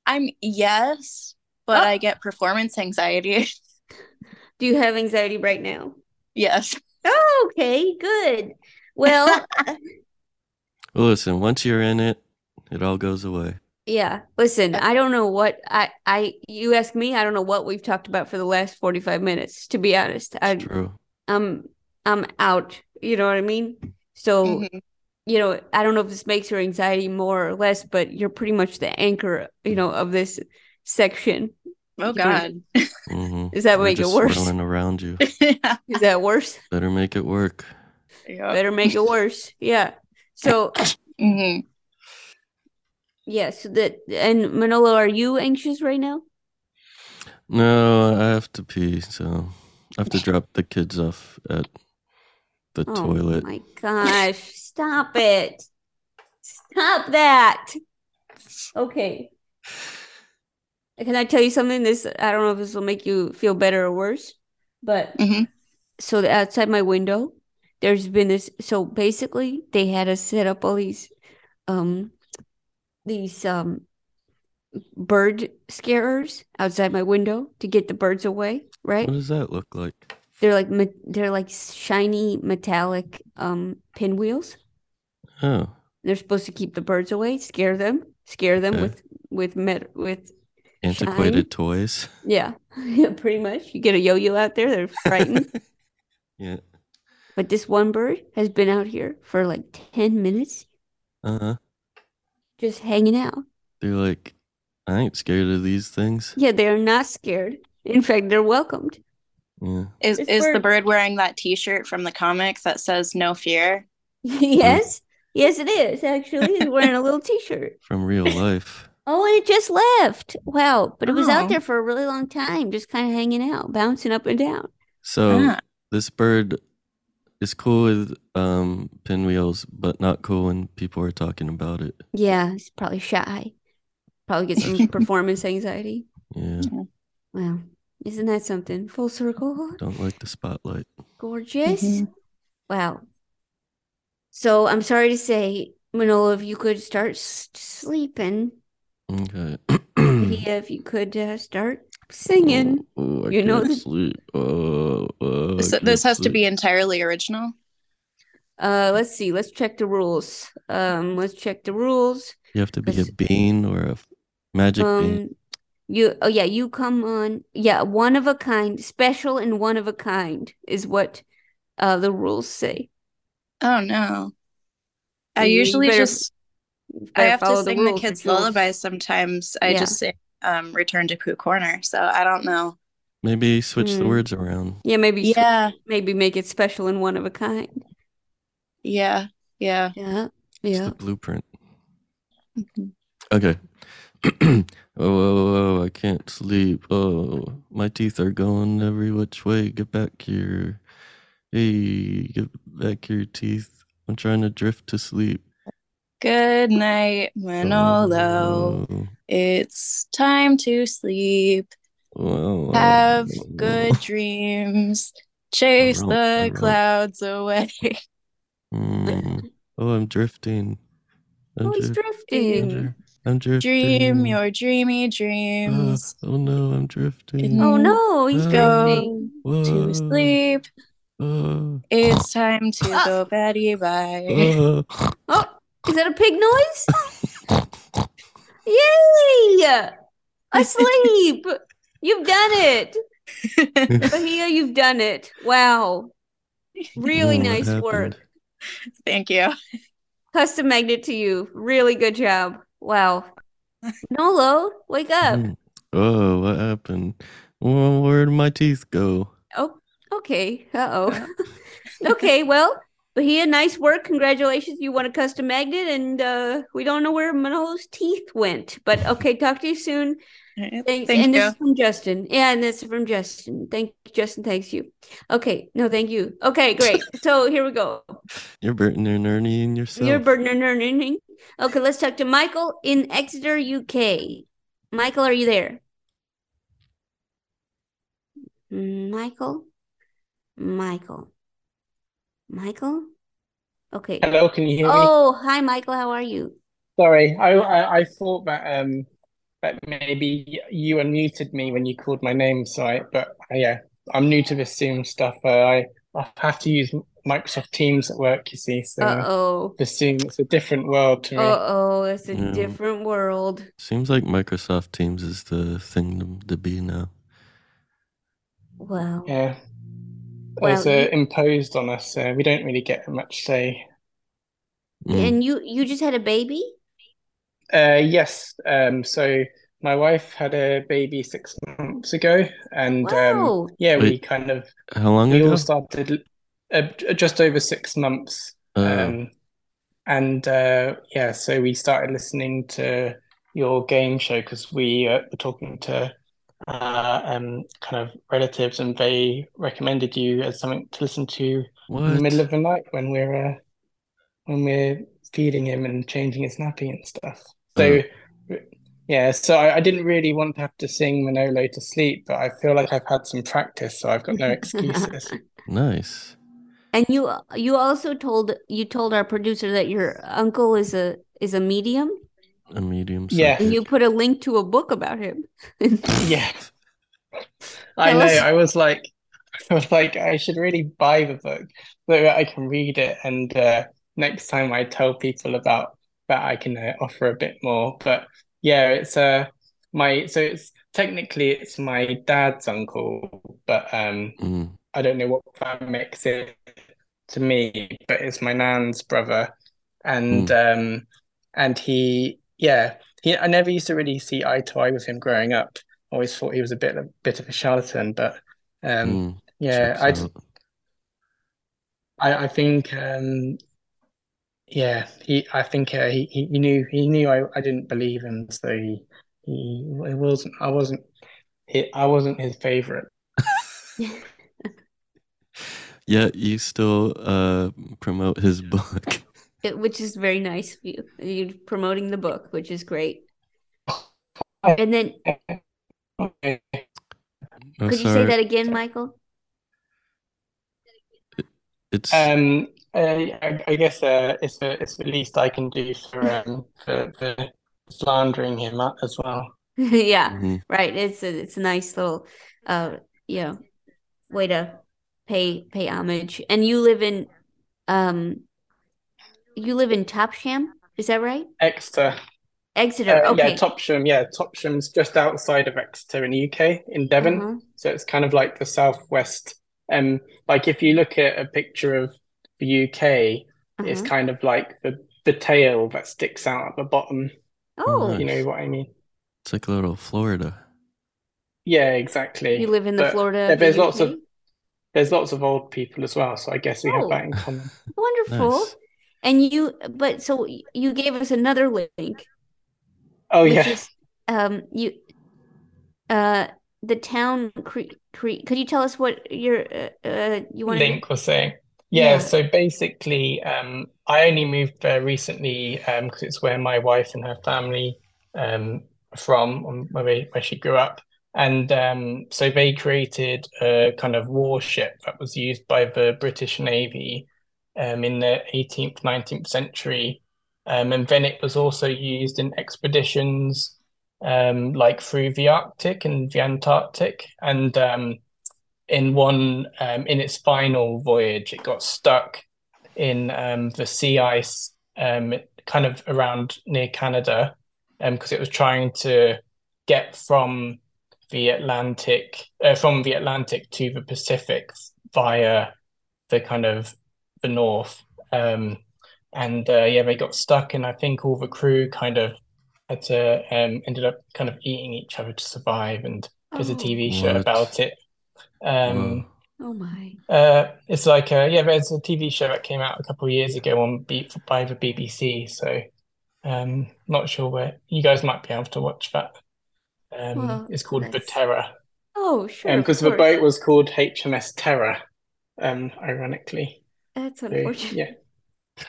Speaker 13: I'm yes, but I get performance anxiety.
Speaker 3: Oh. Do you have anxiety right now?
Speaker 13: Yes.
Speaker 3: Oh, okay. Good. Well,
Speaker 2: Well, listen, once you're in it, it all goes away.
Speaker 3: Yeah. Listen, I don't know what I I you ask me, I don't know what we've talked about for the last 45 minutes, to be honest. I
Speaker 2: true.
Speaker 3: I'm I'm out. You know what I mean? So,
Speaker 13: Mm-hmm.
Speaker 3: you know, I don't know if this makes your anxiety more or less, but you're pretty much the anchor, you know, of this section.
Speaker 13: Oh
Speaker 3: You know-
Speaker 13: God.
Speaker 2: Mhm.
Speaker 3: Does that
Speaker 2: We're
Speaker 3: make it
Speaker 2: just
Speaker 3: worse?
Speaker 2: Swirling around you.
Speaker 3: Is that worse?
Speaker 2: Better make it work.
Speaker 3: Better make it worse. Yeah. So,
Speaker 13: Mm-hmm.
Speaker 3: yeah. So that, and Manolo, are you anxious right now?
Speaker 2: No, I have to pee, so I have to drop the kids off at the
Speaker 3: Oh
Speaker 2: toilet.
Speaker 3: my gosh, stop it. Stop that. Okay. Can I tell you something? This I don't know if this will make you feel better or worse, but so the- outside my window, there's been this. So basically, they had us set up all these, um, these um bird scarers outside my window to get the birds away, right?
Speaker 2: What does that look like?
Speaker 3: They're like me- they're like shiny metallic um pinwheels.
Speaker 2: Oh,
Speaker 3: They're supposed to keep the birds away, scare them, scare them
Speaker 2: Okay.
Speaker 3: with with met with shine.
Speaker 2: antiquated toys.
Speaker 3: Yeah, yeah, pretty much. You get a yo-yo out there, they're frightened.
Speaker 2: Yeah.
Speaker 3: but this one bird has been out here for like ten minutes,
Speaker 2: Uh huh.
Speaker 3: just hanging out.
Speaker 2: They're like, I ain't scared of these things.
Speaker 3: Yeah, they are not scared. In fact, they're welcomed.
Speaker 2: Yeah.
Speaker 13: Is
Speaker 3: This
Speaker 13: is the
Speaker 3: bird-
Speaker 13: bird wearing that T-shirt from the comic that says "No fear"?
Speaker 3: yes, yes, it is actually. It's wearing a little T-shirt.
Speaker 2: From real life.
Speaker 3: Oh, and it just left. Wow. But it was
Speaker 13: Oh.
Speaker 3: out there for a really long time, just kind of hanging out, bouncing up and down.
Speaker 2: So
Speaker 3: Ah.
Speaker 2: this bird is cool with um pinwheels, but not cool when people are talking about it.
Speaker 3: Yeah, he's probably shy. Probably gets some performance anxiety.
Speaker 2: Yeah.
Speaker 3: Wow. Isn't that something? Full circle.
Speaker 2: Don't like the spotlight.
Speaker 3: Gorgeous. Wow. So I'm sorry to say, Manolo, if you could start s- sleeping,
Speaker 2: Okay.
Speaker 3: Leah, if you could uh, start singing.
Speaker 2: Oh, I
Speaker 3: You know
Speaker 2: can't
Speaker 3: the-
Speaker 2: sleep. Oh, oh, I
Speaker 13: This,
Speaker 2: can't
Speaker 13: this has to
Speaker 2: sleep.
Speaker 13: be entirely original.
Speaker 3: Uh, let's see. Let's check the rules. Um, let's check the rules.
Speaker 2: You have to be a bean or a f- magic bean.
Speaker 3: Um, you, oh yeah, you come on. Yeah, one of a kind, special and one of a kind is what uh, the rules say.
Speaker 13: Oh no. I
Speaker 3: You
Speaker 13: usually
Speaker 3: better-
Speaker 13: just
Speaker 3: you
Speaker 13: I
Speaker 3: better
Speaker 13: have to
Speaker 3: Mm, follow the
Speaker 13: sing the
Speaker 3: rules,
Speaker 13: kids
Speaker 3: which rules-
Speaker 13: lullabies sometimes. I
Speaker 3: Yeah.
Speaker 13: just sing um Return to Pooh Corner, so I don't know.
Speaker 2: Maybe switch the
Speaker 3: Hmm.
Speaker 2: words around.
Speaker 3: Yeah, maybe sw-
Speaker 13: Yeah.
Speaker 3: maybe make it special and one of a kind.
Speaker 13: Yeah. Yeah.
Speaker 3: Yeah.
Speaker 2: It's
Speaker 3: Yeah.
Speaker 2: the blueprint.
Speaker 3: Mm-hmm.
Speaker 13: Mhm.
Speaker 2: Okay. oh, oh, oh, I can't sleep. Oh, my teeth are going every which way. Get back here. Hey, get back here, teeth. I'm trying to drift to sleep.
Speaker 13: Good night, Manolo.
Speaker 2: Oh,
Speaker 13: It's time to sleep.
Speaker 2: oh,
Speaker 3: Uh,
Speaker 13: Have
Speaker 2: oh.
Speaker 13: good dreams. Chase
Speaker 2: wrote- I
Speaker 13: the
Speaker 2: wrote.
Speaker 13: clouds away.
Speaker 2: Mm. Oh, I'm drifting. I'm
Speaker 3: Oh, he's
Speaker 2: drifting. I'm,
Speaker 3: drifting.
Speaker 2: dr- I'm drifting.
Speaker 13: Dream your dreamy
Speaker 2: Ah,
Speaker 13: dreams.
Speaker 2: oh no, I'm drifting.
Speaker 3: Oh no, he's
Speaker 2: Ah,
Speaker 3: drifting.
Speaker 13: Go to
Speaker 2: whoa,
Speaker 13: sleep.
Speaker 2: ah,
Speaker 13: It's time to go batty bye.
Speaker 2: ah.
Speaker 3: Ah. Oh, is that a pig noise? Yay! Asleep. You've done it. Bahia, you've done it. Wow. Really
Speaker 2: Oh, what
Speaker 3: nice work.
Speaker 2: happened?
Speaker 13: Thank you.
Speaker 3: Custom magnet to you. Really good job. Wow. Nolo, wake up.
Speaker 2: Mm. Oh, what happened? Well, where'd my teeth go?
Speaker 3: Oh, okay. Uh oh. okay, well, Bahia, nice work. Congratulations. You won a custom magnet, and uh, we don't know where Manolo's teeth went. But okay, talk to you soon. Thanks.
Speaker 13: Thank
Speaker 3: and this
Speaker 13: you.
Speaker 3: is from Justin. Yeah, and this is from Justin. Thank Justin. Thanks you. Okay. No, thank you. Okay, great. so here we go.
Speaker 2: You're Burton and Ernie and yourself.
Speaker 3: You're burning. Okay, let's talk to Michael in Exeter, UK. Michael, are you there? Michael? Michael. Michael? Okay.
Speaker 14: Hello, can you hear me?
Speaker 3: Oh, hi Michael, how are you?
Speaker 14: Sorry, I, I I thought that um that maybe you unmuted me when you called my name, so I but uh, yeah, I'm new to this Zoom stuff. Uh, I I have to use Microsoft Teams at work, you see, so uh,
Speaker 3: Uh-oh.
Speaker 14: the Zoom it's a different world to me.
Speaker 3: Uh-oh, it's a
Speaker 2: Yeah.
Speaker 3: different world.
Speaker 2: Seems like Microsoft Teams is the thing to, to be now.
Speaker 3: Wow.
Speaker 14: Yeah,
Speaker 3: Wow,
Speaker 14: it's uh,
Speaker 3: you
Speaker 14: imposed on us. Uh, we don't really get much say.
Speaker 2: Mm.
Speaker 3: and you you just had a baby?
Speaker 14: Uh, yes, um, so my wife had a baby six months ago, and um,
Speaker 3: Wow.
Speaker 14: yeah, we
Speaker 2: Wait,
Speaker 14: kind of.
Speaker 2: how long
Speaker 14: We all
Speaker 2: ago?
Speaker 14: started uh, j- just over six months.
Speaker 2: Uh,
Speaker 14: Um, and uh, yeah, so we started listening to your game show because we uh, were talking to uh, um, kind of relatives, and they recommended you as something to listen to in the middle
Speaker 2: what?
Speaker 14: of the night when we're uh, when we're feeding him and changing his nappy and stuff. Mm.
Speaker 2: Uh,
Speaker 14: So yeah, so I, I didn't really want to have to sing Manolo to sleep, but I feel like I've had some practice, so I've got no excuses.
Speaker 2: nice.
Speaker 3: And you you also told you told our producer that your uncle is a is a medium,
Speaker 2: A medium
Speaker 14: Yeah.
Speaker 3: and you
Speaker 2: psychic.
Speaker 3: put a link to a book about him.
Speaker 14: Yeah, I
Speaker 3: Tell
Speaker 14: know.
Speaker 3: us.
Speaker 14: I was like, I was like, I should really buy the book so that I can read it, and uh, next time I tell people about that, I can uh, offer a bit more. But yeah, it's uh my so it's technically it's my dad's uncle, but um
Speaker 2: Mm.
Speaker 14: I don't know what that makes it to me, but it's my nan's brother, and
Speaker 2: Mm.
Speaker 14: um and he yeah he I never used to really see eye to eye with him growing up. Always thought he was a bit a bit of a charlatan, but um
Speaker 2: Mm.
Speaker 14: yeah
Speaker 2: Checks
Speaker 14: I just
Speaker 2: out.
Speaker 14: I I think um yeah he I think uh, he he he knew he knew I I didn't believe him so he he it wasn't I wasn't he, I wasn't his favorite.
Speaker 2: Yeah, you still uh, promote his book.
Speaker 3: It- which is very nice of you. You're promoting the book, which is great. And then
Speaker 2: I'm
Speaker 3: could you say
Speaker 2: sorry.
Speaker 3: that again, Michael?
Speaker 2: It's
Speaker 14: Um, I, I I guess uh, it's the it's the least I can do for um for, for slandering him a- as well.
Speaker 3: Yeah,
Speaker 2: Mhm.
Speaker 3: right. It's a, it's a nice little uh you know, way to pay pay homage. And you live in um you live in Topsham, is that right?
Speaker 14: Exeter,
Speaker 3: Exeter.
Speaker 14: uh, yeah,
Speaker 3: Okay.
Speaker 14: Topsham, yeah, Topsham's just outside of Exeter in the UK, in Devon,
Speaker 3: Uh-huh.
Speaker 14: so it's kind of like the southwest Um, like if you look at a picture of the UK, it's
Speaker 3: Mhm.
Speaker 14: kind of like the the tail that sticks out at the bottom.
Speaker 3: Oh.
Speaker 14: you know
Speaker 2: Nice.
Speaker 14: what I mean?
Speaker 2: It's like little Florida.
Speaker 14: Yeah, exactly.
Speaker 3: You live in the
Speaker 14: But
Speaker 3: Florida
Speaker 14: there-
Speaker 3: of the
Speaker 14: there's lots of
Speaker 3: UK?
Speaker 14: there's lots of old people as well, so I guess we have
Speaker 3: Oh.
Speaker 14: that in common.
Speaker 3: Wonderful. And you, but so y- you gave us another link,
Speaker 14: Oh
Speaker 3: which
Speaker 14: yeah.
Speaker 3: is um you uh the town cre cre could you tell us what your uh, uh you wanted to-
Speaker 14: Link was saying. Yeah,
Speaker 3: Yeah.
Speaker 14: so basically, um, I only moved there recently um, because it's where my wife and her family um, are from, um, where, they, where she grew up. And um, so they created a kind of warship that was used by the British Navy um, in the 18th, 19th century. Um, and then it was also used in expeditions um, like through the Arctic and the Antarctic. And um, in one um, in its final voyage, it got stuck in um, the sea ice, um, kind of around near Canada, because it was trying to get from the Atlantic, uh, from the Atlantic to the Pacific via the kind of the north. Um, and uh, yeah, they got stuck, and I think all the crew kind of had to um, ended up kind of eating each other to survive. And there's a
Speaker 3: Oh.
Speaker 14: TV show
Speaker 3: What?
Speaker 14: about it. Um,
Speaker 3: Oh my.
Speaker 14: uh, it's like uh, yeah, there's a TV show that came out a couple of years ago on B by the BBC. So, um, not sure where you guys might be able to watch that. Um,
Speaker 3: Well,
Speaker 14: it's called The
Speaker 3: nice.
Speaker 14: Terror,
Speaker 3: Oh, sure,
Speaker 14: um,
Speaker 3: of
Speaker 14: because the
Speaker 3: course.
Speaker 14: boat was called HMS Terror, um, ironically.
Speaker 3: That's
Speaker 14: So,
Speaker 3: unfortunate.
Speaker 14: yeah,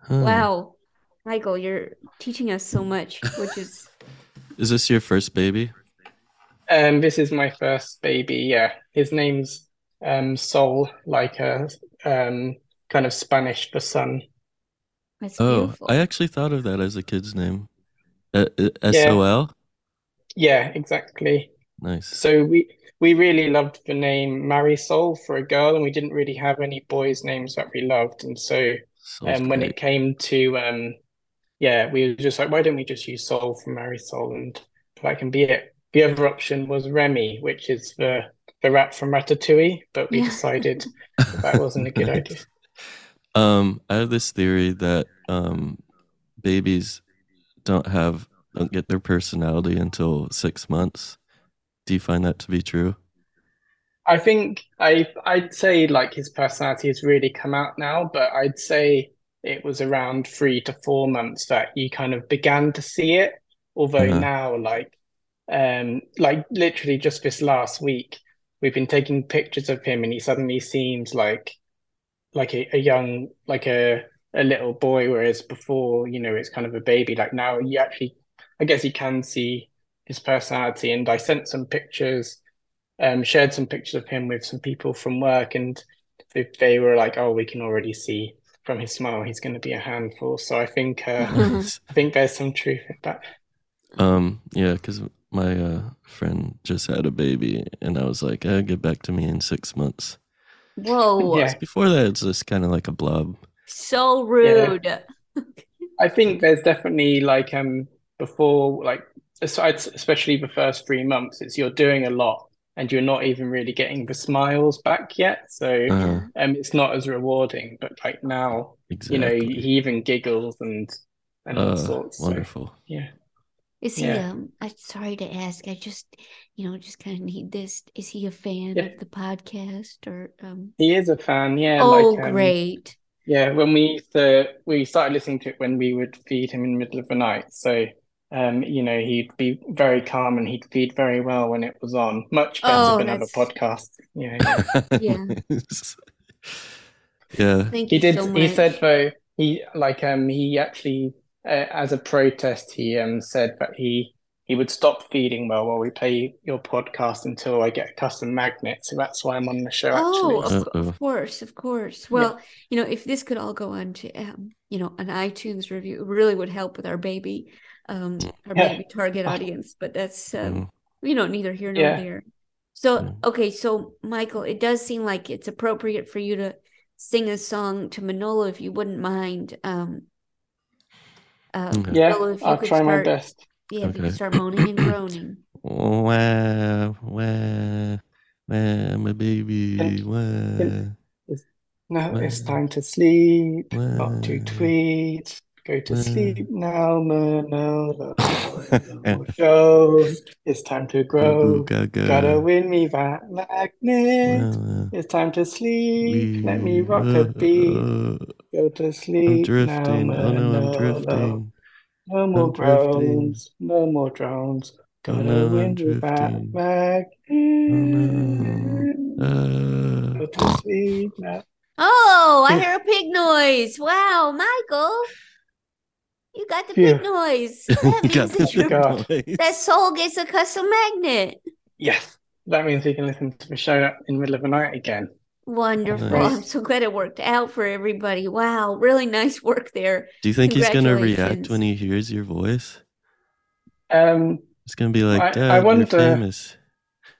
Speaker 2: Hmm.
Speaker 3: Wow. Michael, you're teaching us so much, which is
Speaker 2: Is this your first baby?
Speaker 14: um, this is my first baby. Yeah, his name's um Sol, like a um kind of Spanish for sun.
Speaker 3: That's
Speaker 2: oh,
Speaker 14: beautiful.
Speaker 2: I actually thought of that as a kid's name. Uh, uh,
Speaker 14: Yeah.
Speaker 2: SOL?
Speaker 14: Yeah, exactly.
Speaker 2: Nice.
Speaker 14: So we we really loved the name Marisol for a girl, and we didn't really have any boys' names that we loved. And so
Speaker 2: Sol's
Speaker 14: um, when it came to um, yeah, we were just like, why don't we just use Sol for Marisol, and that can be it. The other option was Remy, which is the the rat from Ratatouille, but we
Speaker 3: Yeah.
Speaker 14: decided that that wasn't a good idea.
Speaker 2: Um, I have this theory that um, babies don't have don't get their personality until six months. Do you find that to be true?
Speaker 14: I think I I'd say like his personality has really come out now, but I'd say it was around three to four months that you kind of began to see it. Although
Speaker 2: Uh-huh.
Speaker 14: now, like, um, like literally just this last week, we've been taking pictures of him, and he suddenly seems like like a, a young like a a little boy, whereas before, you know, it's kind of a baby. Like now, you actually, I guess, you can see his personality, and I sent some pictures um, shared some pictures of him with some people from work, and they, they were like, "Oh, we can already see from his smile he's going to be a handful." So I think uh,
Speaker 2: Nice.
Speaker 14: I think there's some truth in that.
Speaker 2: Um, yeah, because my uh, friend just had a baby, and I was like, eh, "Get back to me in six months."
Speaker 3: whoa,
Speaker 14: Yeah.
Speaker 2: Before that, it's just kind of like a blob.
Speaker 3: so rude.
Speaker 14: I think there's definitely like um before like aside especially the first three months, it's you're doing a lot and you're not even really getting the smiles back yet. So
Speaker 2: Uh-huh.
Speaker 14: um it's not as rewarding. But like now, you know,
Speaker 2: Exactly.
Speaker 14: he even giggles and and all
Speaker 2: Uh,
Speaker 14: sorts. So
Speaker 2: wonderful.
Speaker 14: yeah.
Speaker 3: Is he
Speaker 14: Yeah.
Speaker 3: um I'm sorry to ask. I just, you know, just kind of need this. Is he a fan
Speaker 14: Yeah.
Speaker 3: of the podcast or um
Speaker 14: He is a fan, yeah.
Speaker 3: Oh,
Speaker 14: Like um
Speaker 3: great.
Speaker 14: yeah, when we used to we started listening to it when we would feed him in the middle of the night. So um, you know, he'd be very calm and he'd feed very well when it was on. Much better
Speaker 3: Oh,
Speaker 14: than other
Speaker 3: that's
Speaker 14: podcasts. Yeah.
Speaker 3: yeah.
Speaker 2: yeah.
Speaker 3: Thank
Speaker 14: He
Speaker 3: you
Speaker 14: did
Speaker 3: so
Speaker 14: he said
Speaker 3: much.
Speaker 14: though he like um he actually uh, as a protest he um said that he he would stop feeding well while we play your podcast until I get a custom magnet. So that's why I'm on the show
Speaker 3: Oh,
Speaker 14: actually.
Speaker 3: of,
Speaker 2: Uh-huh.
Speaker 3: cou- of course, of course.
Speaker 14: Yeah.
Speaker 3: Well, you know, if this could all go on to, um, you know, an iTunes review, it really would help with our baby, um, our
Speaker 14: Yeah.
Speaker 3: baby target
Speaker 14: Oh.
Speaker 3: audience. But that's,
Speaker 2: Mm-hmm.
Speaker 3: um, you know, neither here nor
Speaker 14: Yeah.
Speaker 3: there. So, okay, so Michael, it does seem like it's appropriate for you to sing a song to Manolo, if you wouldn't mind. Um, uh,
Speaker 2: Okay.
Speaker 14: Yeah,
Speaker 3: Manolo, if you
Speaker 14: I'll
Speaker 3: could
Speaker 14: try my
Speaker 3: start,
Speaker 14: best.
Speaker 3: yeah, if you
Speaker 2: Okay.
Speaker 3: could start moaning and groaning.
Speaker 2: Wah, wah. Man, I'm a baby. Wah.
Speaker 14: Now it's
Speaker 2: Wow.
Speaker 14: time to sleep, not to
Speaker 2: Wow.
Speaker 14: tweet. Go to
Speaker 2: Wow.
Speaker 14: sleep now, Manolo. Shows. It's time to grow.
Speaker 2: gaga.
Speaker 14: Gotta win me that magnet.
Speaker 2: Wow.
Speaker 14: It's time to sleep. Let me
Speaker 2: We-
Speaker 14: rock a beat.
Speaker 2: uh, uh,
Speaker 14: Go to
Speaker 2: I'm
Speaker 14: sleep now,
Speaker 2: drifting. Oh no, I'm
Speaker 14: Manolo.
Speaker 2: drifting.
Speaker 14: No more
Speaker 2: I'm drifting.
Speaker 14: groans. No more drones.
Speaker 2: Oh
Speaker 14: Gotta
Speaker 2: no, I'm
Speaker 14: win me that
Speaker 2: drifting.
Speaker 14: magnet.
Speaker 2: Oh no. Uh,
Speaker 14: Go to sleep now.
Speaker 3: Oh, I heard a pig noise. Wow, Michael, you got the pig
Speaker 14: Phew.
Speaker 3: noise.
Speaker 2: That
Speaker 14: means that you
Speaker 3: That soul gets a custom magnet.
Speaker 14: Yes, that means we can listen to the show in the middle of the night again.
Speaker 3: Wonderful.
Speaker 14: Nice.
Speaker 3: I'm so glad it worked out for everybody. Wow, really nice work there.
Speaker 2: Do you think he's gonna react
Speaker 3: Congratulations.
Speaker 2: when he hears your voice?
Speaker 14: Um,
Speaker 2: It's gonna be like,
Speaker 14: I, I
Speaker 2: Dad, you're
Speaker 14: wonder-
Speaker 2: famous.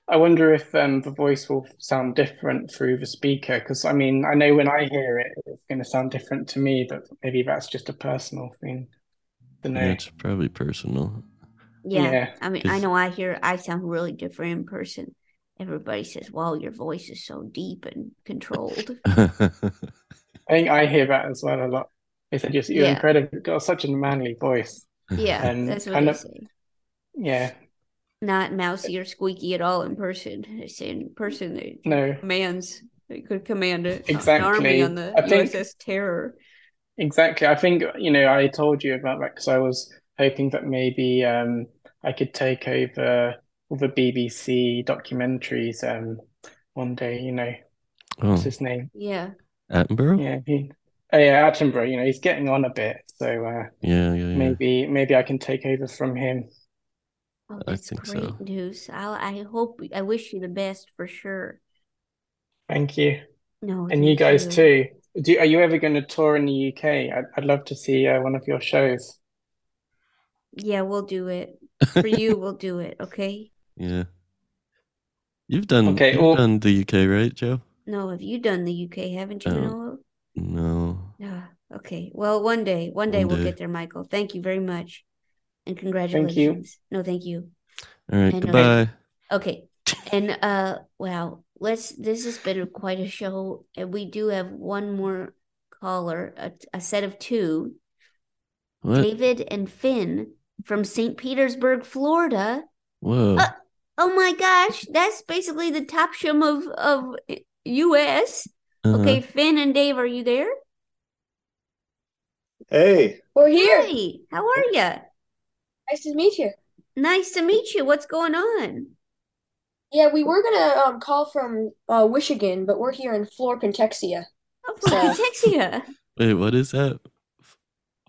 Speaker 14: I wonder if um, the voice will sound different through the speaker, because I mean, I know when I hear it, it's going to sound different to me, but maybe that's just a personal thing. Don't know.
Speaker 2: That's probably personal.
Speaker 3: Yeah,
Speaker 14: Yeah.
Speaker 3: I mean, I know I hear I sound really different in person. Everybody says, "Wow, your voice is so deep and controlled."
Speaker 14: I think I hear that as well a lot. They said, you're, you're
Speaker 3: Yeah.
Speaker 14: incredible, you've got such a manly voice.
Speaker 3: Yeah,
Speaker 14: And
Speaker 3: that's what
Speaker 14: kind
Speaker 3: they
Speaker 14: of,
Speaker 3: say.
Speaker 14: yeah,
Speaker 3: Not mousy or squeaky at all in person. They say in person they
Speaker 14: no,
Speaker 3: commands they could command a, an army
Speaker 14: exactly.
Speaker 3: on the
Speaker 14: I think
Speaker 3: USS Terror.
Speaker 14: Exactly. I think, you know, I told you about that because I was hoping that maybe um, I could take over all the BBC documentaries um, one day, you know. What's
Speaker 2: Oh.
Speaker 14: his name?
Speaker 3: Yeah.
Speaker 2: Attenborough?
Speaker 14: Yeah, he, oh yeah, Attenborough, you know, he's getting on a bit, so uh,
Speaker 2: Yeah, yeah, yeah.
Speaker 14: maybe maybe I can take over from him.
Speaker 3: Oh,
Speaker 2: I
Speaker 3: that's
Speaker 2: think so.
Speaker 3: great news. I I hope I wish you the best for sure.
Speaker 14: Thank you.
Speaker 3: No,
Speaker 14: And you
Speaker 3: thank
Speaker 14: guys
Speaker 3: you.
Speaker 14: too. Do, are you ever going to tour in the UK? I'd, I'd love to see uh, one of your shows.
Speaker 3: Yeah, we'll do it. For you, we'll do it, okay?
Speaker 2: Yeah. You've done
Speaker 14: Okay,
Speaker 2: you've
Speaker 14: well-
Speaker 2: done the UK, right, Joe?
Speaker 3: No, have you done the UK, haven't you,
Speaker 2: Oh.
Speaker 3: Manolo?
Speaker 2: No.
Speaker 3: Ah, okay. Well, one day, one day
Speaker 2: One
Speaker 3: we'll
Speaker 2: day.
Speaker 3: get there, Michael. Thank you very much. And congratulations. No, thank you.
Speaker 2: All right,
Speaker 3: And, uh,
Speaker 2: goodbye.
Speaker 3: Okay. And uh wow, let's this has been quite a show. And we do have one more caller, a, a set of two.
Speaker 2: What?
Speaker 3: David and Finn from St. Petersburg, Florida.
Speaker 2: Whoa.
Speaker 3: Uh, oh my gosh, that's basically the top shim of of US.
Speaker 2: Uh-huh.
Speaker 3: Okay, Finn and Dave, are you there?
Speaker 15: Hey,
Speaker 3: We're here. Hi, how are you?
Speaker 16: Nice to meet you.
Speaker 3: Nice to meet you. What's going on?
Speaker 16: Yeah, we were gonna um, call from uh, Wishigan, but we're here in Florpentexia.
Speaker 3: Oh,
Speaker 16: Florpentexia.
Speaker 2: Wait, what is that? F-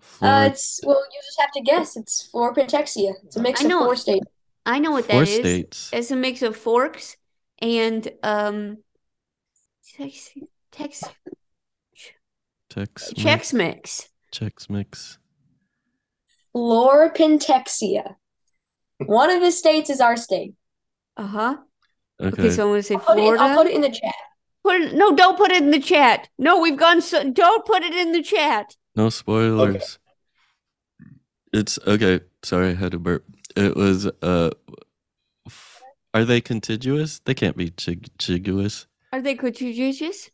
Speaker 16: uh,
Speaker 2: Flor-
Speaker 16: it's well, you just have to guess. It's Florpentexia. It's a mix
Speaker 3: I know
Speaker 16: of four states.
Speaker 3: I know what
Speaker 2: Four
Speaker 3: that is.
Speaker 2: states.
Speaker 3: It's a mix of forks and um tex tex
Speaker 2: Tex
Speaker 3: Chex mix.
Speaker 2: Chex mix.
Speaker 16: Florpentexia. One of the states is our state.
Speaker 3: Uh-huh.
Speaker 2: Okay.
Speaker 3: Okay, so I'm gonna say
Speaker 16: I'll put it in- I'll
Speaker 3: Florida.
Speaker 16: put it in the chat.
Speaker 3: Put it, no, don't put it in the chat. No, we've gone so don't put it in the chat.
Speaker 2: No spoilers. It's okay. Sorry, I had to burp. It was uh f- are they contiguous? They can't be chig- chiguous.
Speaker 3: Are they contiguous?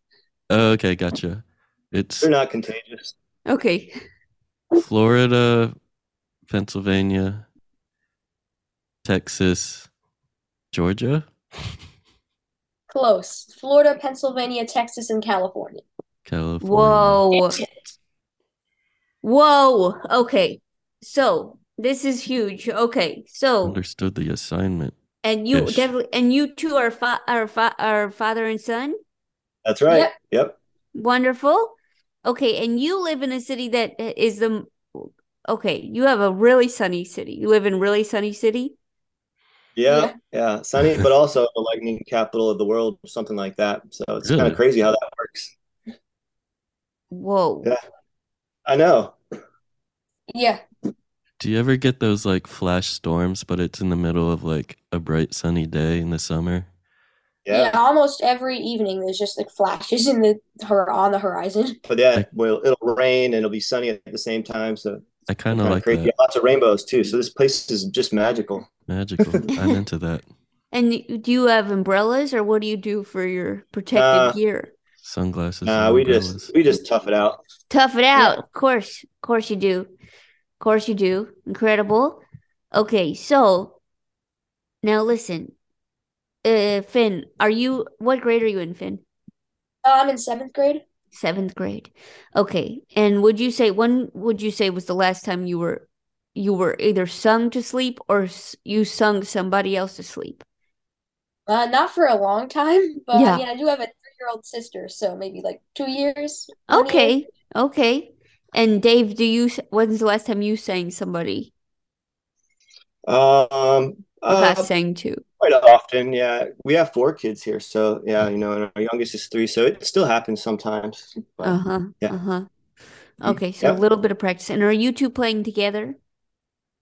Speaker 2: Oh, okay, gotcha. It's
Speaker 15: they're not contagious.
Speaker 3: Okay.
Speaker 2: Florida, Pennsylvania, Texas, Georgia,
Speaker 16: Close. Florida, Pennsylvania, Texas, and California.
Speaker 2: California.
Speaker 3: Whoa. Whoa. Okay. So this is huge. Okay.
Speaker 15: Mm-hmm.
Speaker 3: So
Speaker 2: Understood the assignment.
Speaker 3: and you
Speaker 2: Ish.
Speaker 3: definitely and you two are fa- are fa- are father and son?
Speaker 15: That's right. Yep.
Speaker 3: Wonderful. Okay, and you live in a city that is the okay, you have a really sunny city. You live in really sunny city?
Speaker 15: Yeah, yeah. Sunny, but also the lightning capital of the world, or something like that. So it's kind
Speaker 2: Really?
Speaker 15: of crazy how that works.
Speaker 3: Whoa.
Speaker 15: Yeah. I know.
Speaker 16: Yeah.
Speaker 2: Do you ever get those like flash storms, but it's in the middle of like a bright sunny day in the summer?
Speaker 16: Yeah. Almost every evening, there's just like flashes in the her on the horizon.
Speaker 15: But yeah, well, it'll rain and it'll be sunny at the same time. So
Speaker 2: I kind of
Speaker 15: kind of
Speaker 2: like
Speaker 15: crazy.
Speaker 2: that.
Speaker 15: Lots of rainbows too. So this place is just magical.
Speaker 2: Magical. I'm into that.
Speaker 3: And do you have umbrellas, or what do you do for your protective
Speaker 15: Uh,
Speaker 3: gear?
Speaker 2: Sunglasses.
Speaker 15: Nah, we just we just tough it out.
Speaker 3: Tough it out. Of course, of course you do. Of course you do. Incredible. Okay, so now listen, uh, Finn, are you? What grade are you in, Finn?
Speaker 16: Uh, I'm in seventh grade.
Speaker 3: Seventh grade. Okay, and would you say when would you say was the last time you were you were either sung to sleep or s- you sung somebody else to sleep?
Speaker 16: Uh, not for a long time, but
Speaker 3: Yeah.
Speaker 16: I mean, I do have a three-year-old sister, so maybe like two years. one year.
Speaker 3: Okay, okay. And Dave, do you? s- When's the last time you sang somebody?
Speaker 15: Um,
Speaker 3: Class
Speaker 15: uh,
Speaker 3: sang too.
Speaker 15: quite often, yeah. We have four kids here, so yeah, you know, and our youngest is three, so it still happens sometimes. But
Speaker 3: Uh-huh.
Speaker 15: yeah.
Speaker 3: Uh-huh. Okay, so a
Speaker 15: Yep.
Speaker 3: little bit of practice. And are you two playing together?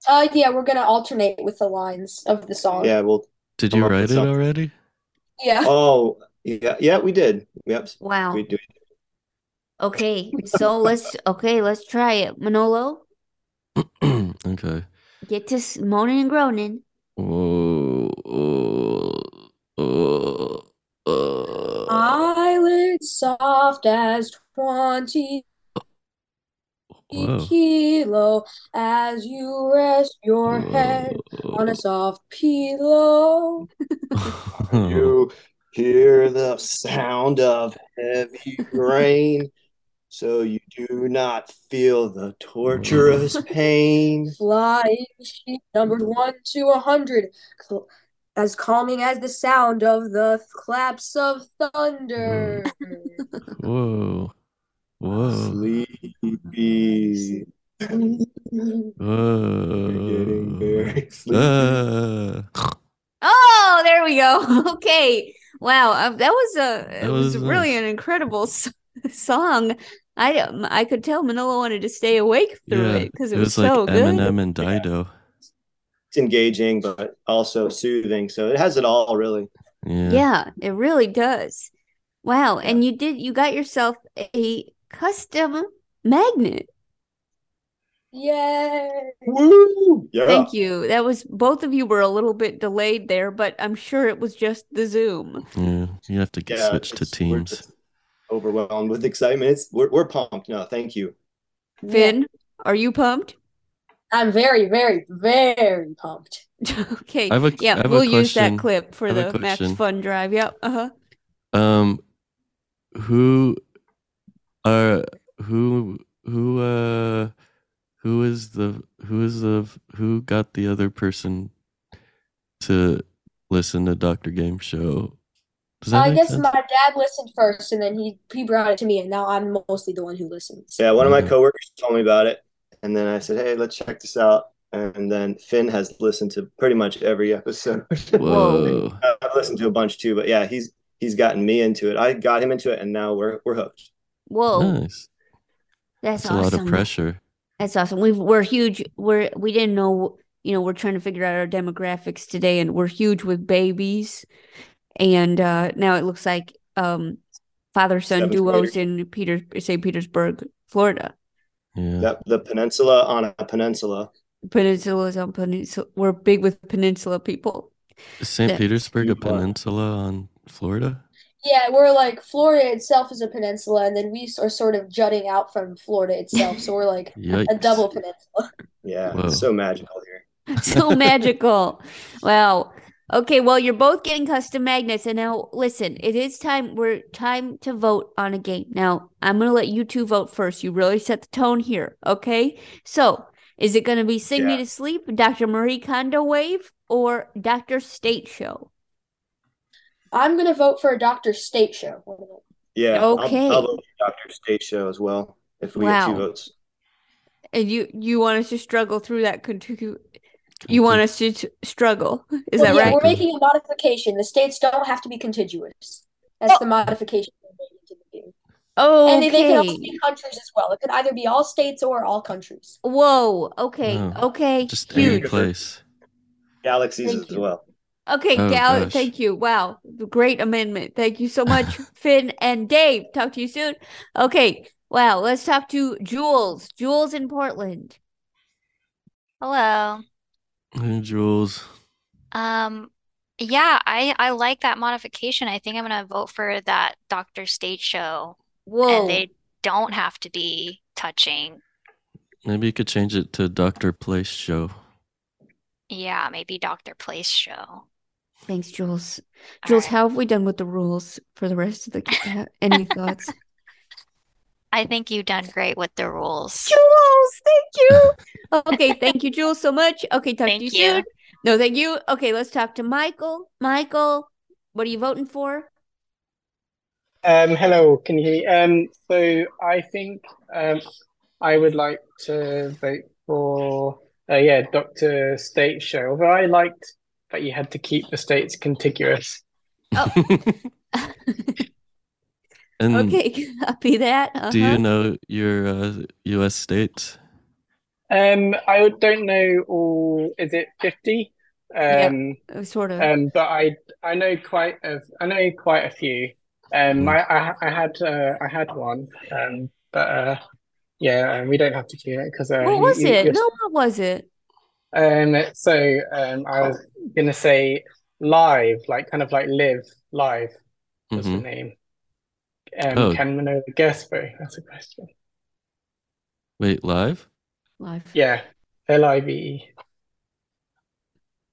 Speaker 16: Uh, yeah, we're gonna alternate with the lines of the song.
Speaker 15: yeah, we'll
Speaker 2: Did you write it already?
Speaker 16: Yeah.
Speaker 15: Oh, yeah, yeah, we did. Yep.
Speaker 3: Wow.
Speaker 15: We do.
Speaker 3: Okay, so let's okay, let's try it. Manolo,
Speaker 2: okay.
Speaker 3: get to s- moaning and groaning.
Speaker 2: Oh, oh, oh, oh.
Speaker 16: Eyelids soft as 20
Speaker 2: Whoa.
Speaker 16: kilo as you rest your head on a soft pillow.
Speaker 15: You hear the sound of heavy rain, so you do not feel the torturous
Speaker 2: Mm.
Speaker 15: pain.
Speaker 16: Flying sheep numbered one to a hundred, cl- as calming as the sound of the claps of thunder.
Speaker 2: Whoa. Whoa.
Speaker 15: Sleepy.
Speaker 2: Whoa.
Speaker 15: You're getting very sleepy.
Speaker 2: Ah.
Speaker 3: Oh, there we go. Okay. Wow, um, that was a it
Speaker 2: That
Speaker 3: was
Speaker 2: was
Speaker 3: really
Speaker 2: nice.
Speaker 3: an incredible s- song. I um, I could tell Manolo wanted to stay awake through
Speaker 2: Yeah,
Speaker 3: it because it
Speaker 2: it
Speaker 3: was
Speaker 2: was like
Speaker 3: so good.
Speaker 2: Eminem and Dido.
Speaker 15: It's engaging, but also soothing. So it has it all, really.
Speaker 2: Yeah.
Speaker 3: Yeah, it really does. Wow, and you did you got yourself a custom magnet.
Speaker 16: Yay!
Speaker 15: Woo!
Speaker 3: Thank you. That was both of you were a little bit delayed there, but I'm sure it was just the Zoom.
Speaker 2: Yeah, you have to
Speaker 15: Yeah,
Speaker 2: switch to
Speaker 15: it's- we're
Speaker 2: teams.
Speaker 15: just overwhelmed with excitement. It's, we're, we're pumped. No, thank you.
Speaker 3: Finn, are you pumped?
Speaker 16: I'm very, very, very pumped.
Speaker 3: Okay.
Speaker 2: I have a-
Speaker 3: Yeah,
Speaker 2: I have a
Speaker 3: we'll use that
Speaker 2: question.
Speaker 3: clip for
Speaker 2: I have a
Speaker 3: the Max
Speaker 2: question.
Speaker 3: Fun Drive. Yep. Uh-huh.
Speaker 2: Um, who are who who uh who is the who is the who got the other person to listen to Doctor Game Show? Does that
Speaker 16: I
Speaker 2: make
Speaker 16: guess
Speaker 2: sense?
Speaker 16: my dad listened first, and then he he brought it to me, and now I'm mostly the one who listens.
Speaker 15: Yeah, one of my
Speaker 2: Mhm.
Speaker 15: coworkers told me about it, and then I said, "Hey, let's check this out." And then Finn has listened to pretty much every episode.
Speaker 2: Whoa.
Speaker 15: I've listened to a bunch too, but yeah, he's he's gotten me into it. I got him into it, and now we're we're hooked.
Speaker 3: Whoa,
Speaker 2: Nice.
Speaker 3: that's
Speaker 2: That's a lot of
Speaker 3: awesome.
Speaker 2: pressure.
Speaker 3: That's awesome. We've we're huge. We're we didn't know, you know, we're trying to figure out our demographics today and we're huge with babies. And uh now it looks like um father son
Speaker 15: Seventh
Speaker 3: duos in Peter St. Petersburg, Florida.
Speaker 15: That the peninsula on a peninsula.
Speaker 3: Peninsula's on peninsula. We're big with peninsula people.
Speaker 2: Is St.
Speaker 3: Yeah.
Speaker 2: Petersburg a
Speaker 15: Huge one.
Speaker 2: peninsula on Florida?
Speaker 16: Yeah, we're like Florida itself is a peninsula, and then we s- are sort of jutting out from Florida itself, so we're like a
Speaker 2: Yikes.
Speaker 16: double peninsula.
Speaker 15: Yeah,
Speaker 2: Whoa.
Speaker 15: it's so magical here.
Speaker 3: So magical. Wow. Okay, well, you're both getting custom magnets. And now listen, it is time we're time to vote on a game. Now, I'm gonna let you two vote first. You really set the tone here, okay? So is it gonna be Sing Me
Speaker 15: Yeah.
Speaker 3: to Sleep, Dr. Marie Kondo Wave, or Dr. State Show?
Speaker 16: I'm gonna vote for a Dr. State show. What about-
Speaker 15: Yeah, I'll,
Speaker 3: Okay.
Speaker 15: I'll vote for Dr. State Show as well if we get
Speaker 3: Wow.
Speaker 15: two votes.
Speaker 3: And you you want us to struggle through that contigu- you want us to s- struggle. Is that
Speaker 16: Well, yeah,
Speaker 3: right?
Speaker 16: we're making a modification. The states don't have to be contiguous. That's the modification we're making to the game.
Speaker 3: Oh,
Speaker 16: And they, they can also
Speaker 3: okay.
Speaker 16: be countries as well. It could either be all states or all countries.
Speaker 3: Whoa, okay,
Speaker 2: Wow.
Speaker 3: okay,
Speaker 2: Just any
Speaker 3: huge.
Speaker 2: place.
Speaker 15: Galaxies
Speaker 3: Thank
Speaker 15: as well.
Speaker 3: Okay,
Speaker 2: Oh,
Speaker 3: Gal,
Speaker 2: gosh.
Speaker 3: thank you. Wow, great amendment. Thank you so much, Finn and Dave. Talk to you soon. Okay, wow, let's talk to Jules. Jules in Portland.
Speaker 5: Hello.
Speaker 2: Hey, Jules.
Speaker 5: Um, Yeah, I I like that modification. I think I'm gonna vote for that Doctor State show.
Speaker 3: Whoa.
Speaker 5: And they don't have to be touching.
Speaker 2: Maybe you could change it to Doctor Place Show.
Speaker 5: Yeah, maybe Doctor Place show.
Speaker 3: Thanks, Jules. Jules, how have we done with the rules for the rest of the ha- any thoughts?
Speaker 5: I think you've done great with the rules.
Speaker 3: Jules, thank you. Okay, thank you, Jules, so much. Okay, talk to you,
Speaker 5: you.
Speaker 3: soon. No, thank you. Okay, let's talk to Michael. Michael, what are you voting for?
Speaker 14: Um, hello, can you hear me? Um, so I think um, I would like to vote for uh, yeah, Doctor State Show. Although I liked that you had to keep the states contiguous.
Speaker 2: And
Speaker 3: Okay, copy that.
Speaker 2: Um, do you
Speaker 3: Uh-huh.
Speaker 2: know your uh, U.S. states?
Speaker 14: Um, I don't know all. Is it fifty?
Speaker 3: Yeah,
Speaker 14: Um,
Speaker 3: uh, sort of.
Speaker 14: um, but I I know quite a I know quite a few. Um,
Speaker 2: Hmm.
Speaker 14: I I, I had uh, I had one. Um, but uh, yeah, um, we don't have to do it because uh,
Speaker 3: What
Speaker 14: you-
Speaker 3: was
Speaker 14: you-
Speaker 3: it?
Speaker 14: you're-
Speaker 3: No, what was it?
Speaker 14: Um, so um, I was gonna say live, like kind of like live live was the
Speaker 2: Mhm.
Speaker 14: name. Um,
Speaker 2: Oh.
Speaker 14: can Manola guess though? That's a question.
Speaker 2: Wait, live?
Speaker 3: Live.
Speaker 14: Yeah, L-I-V-E.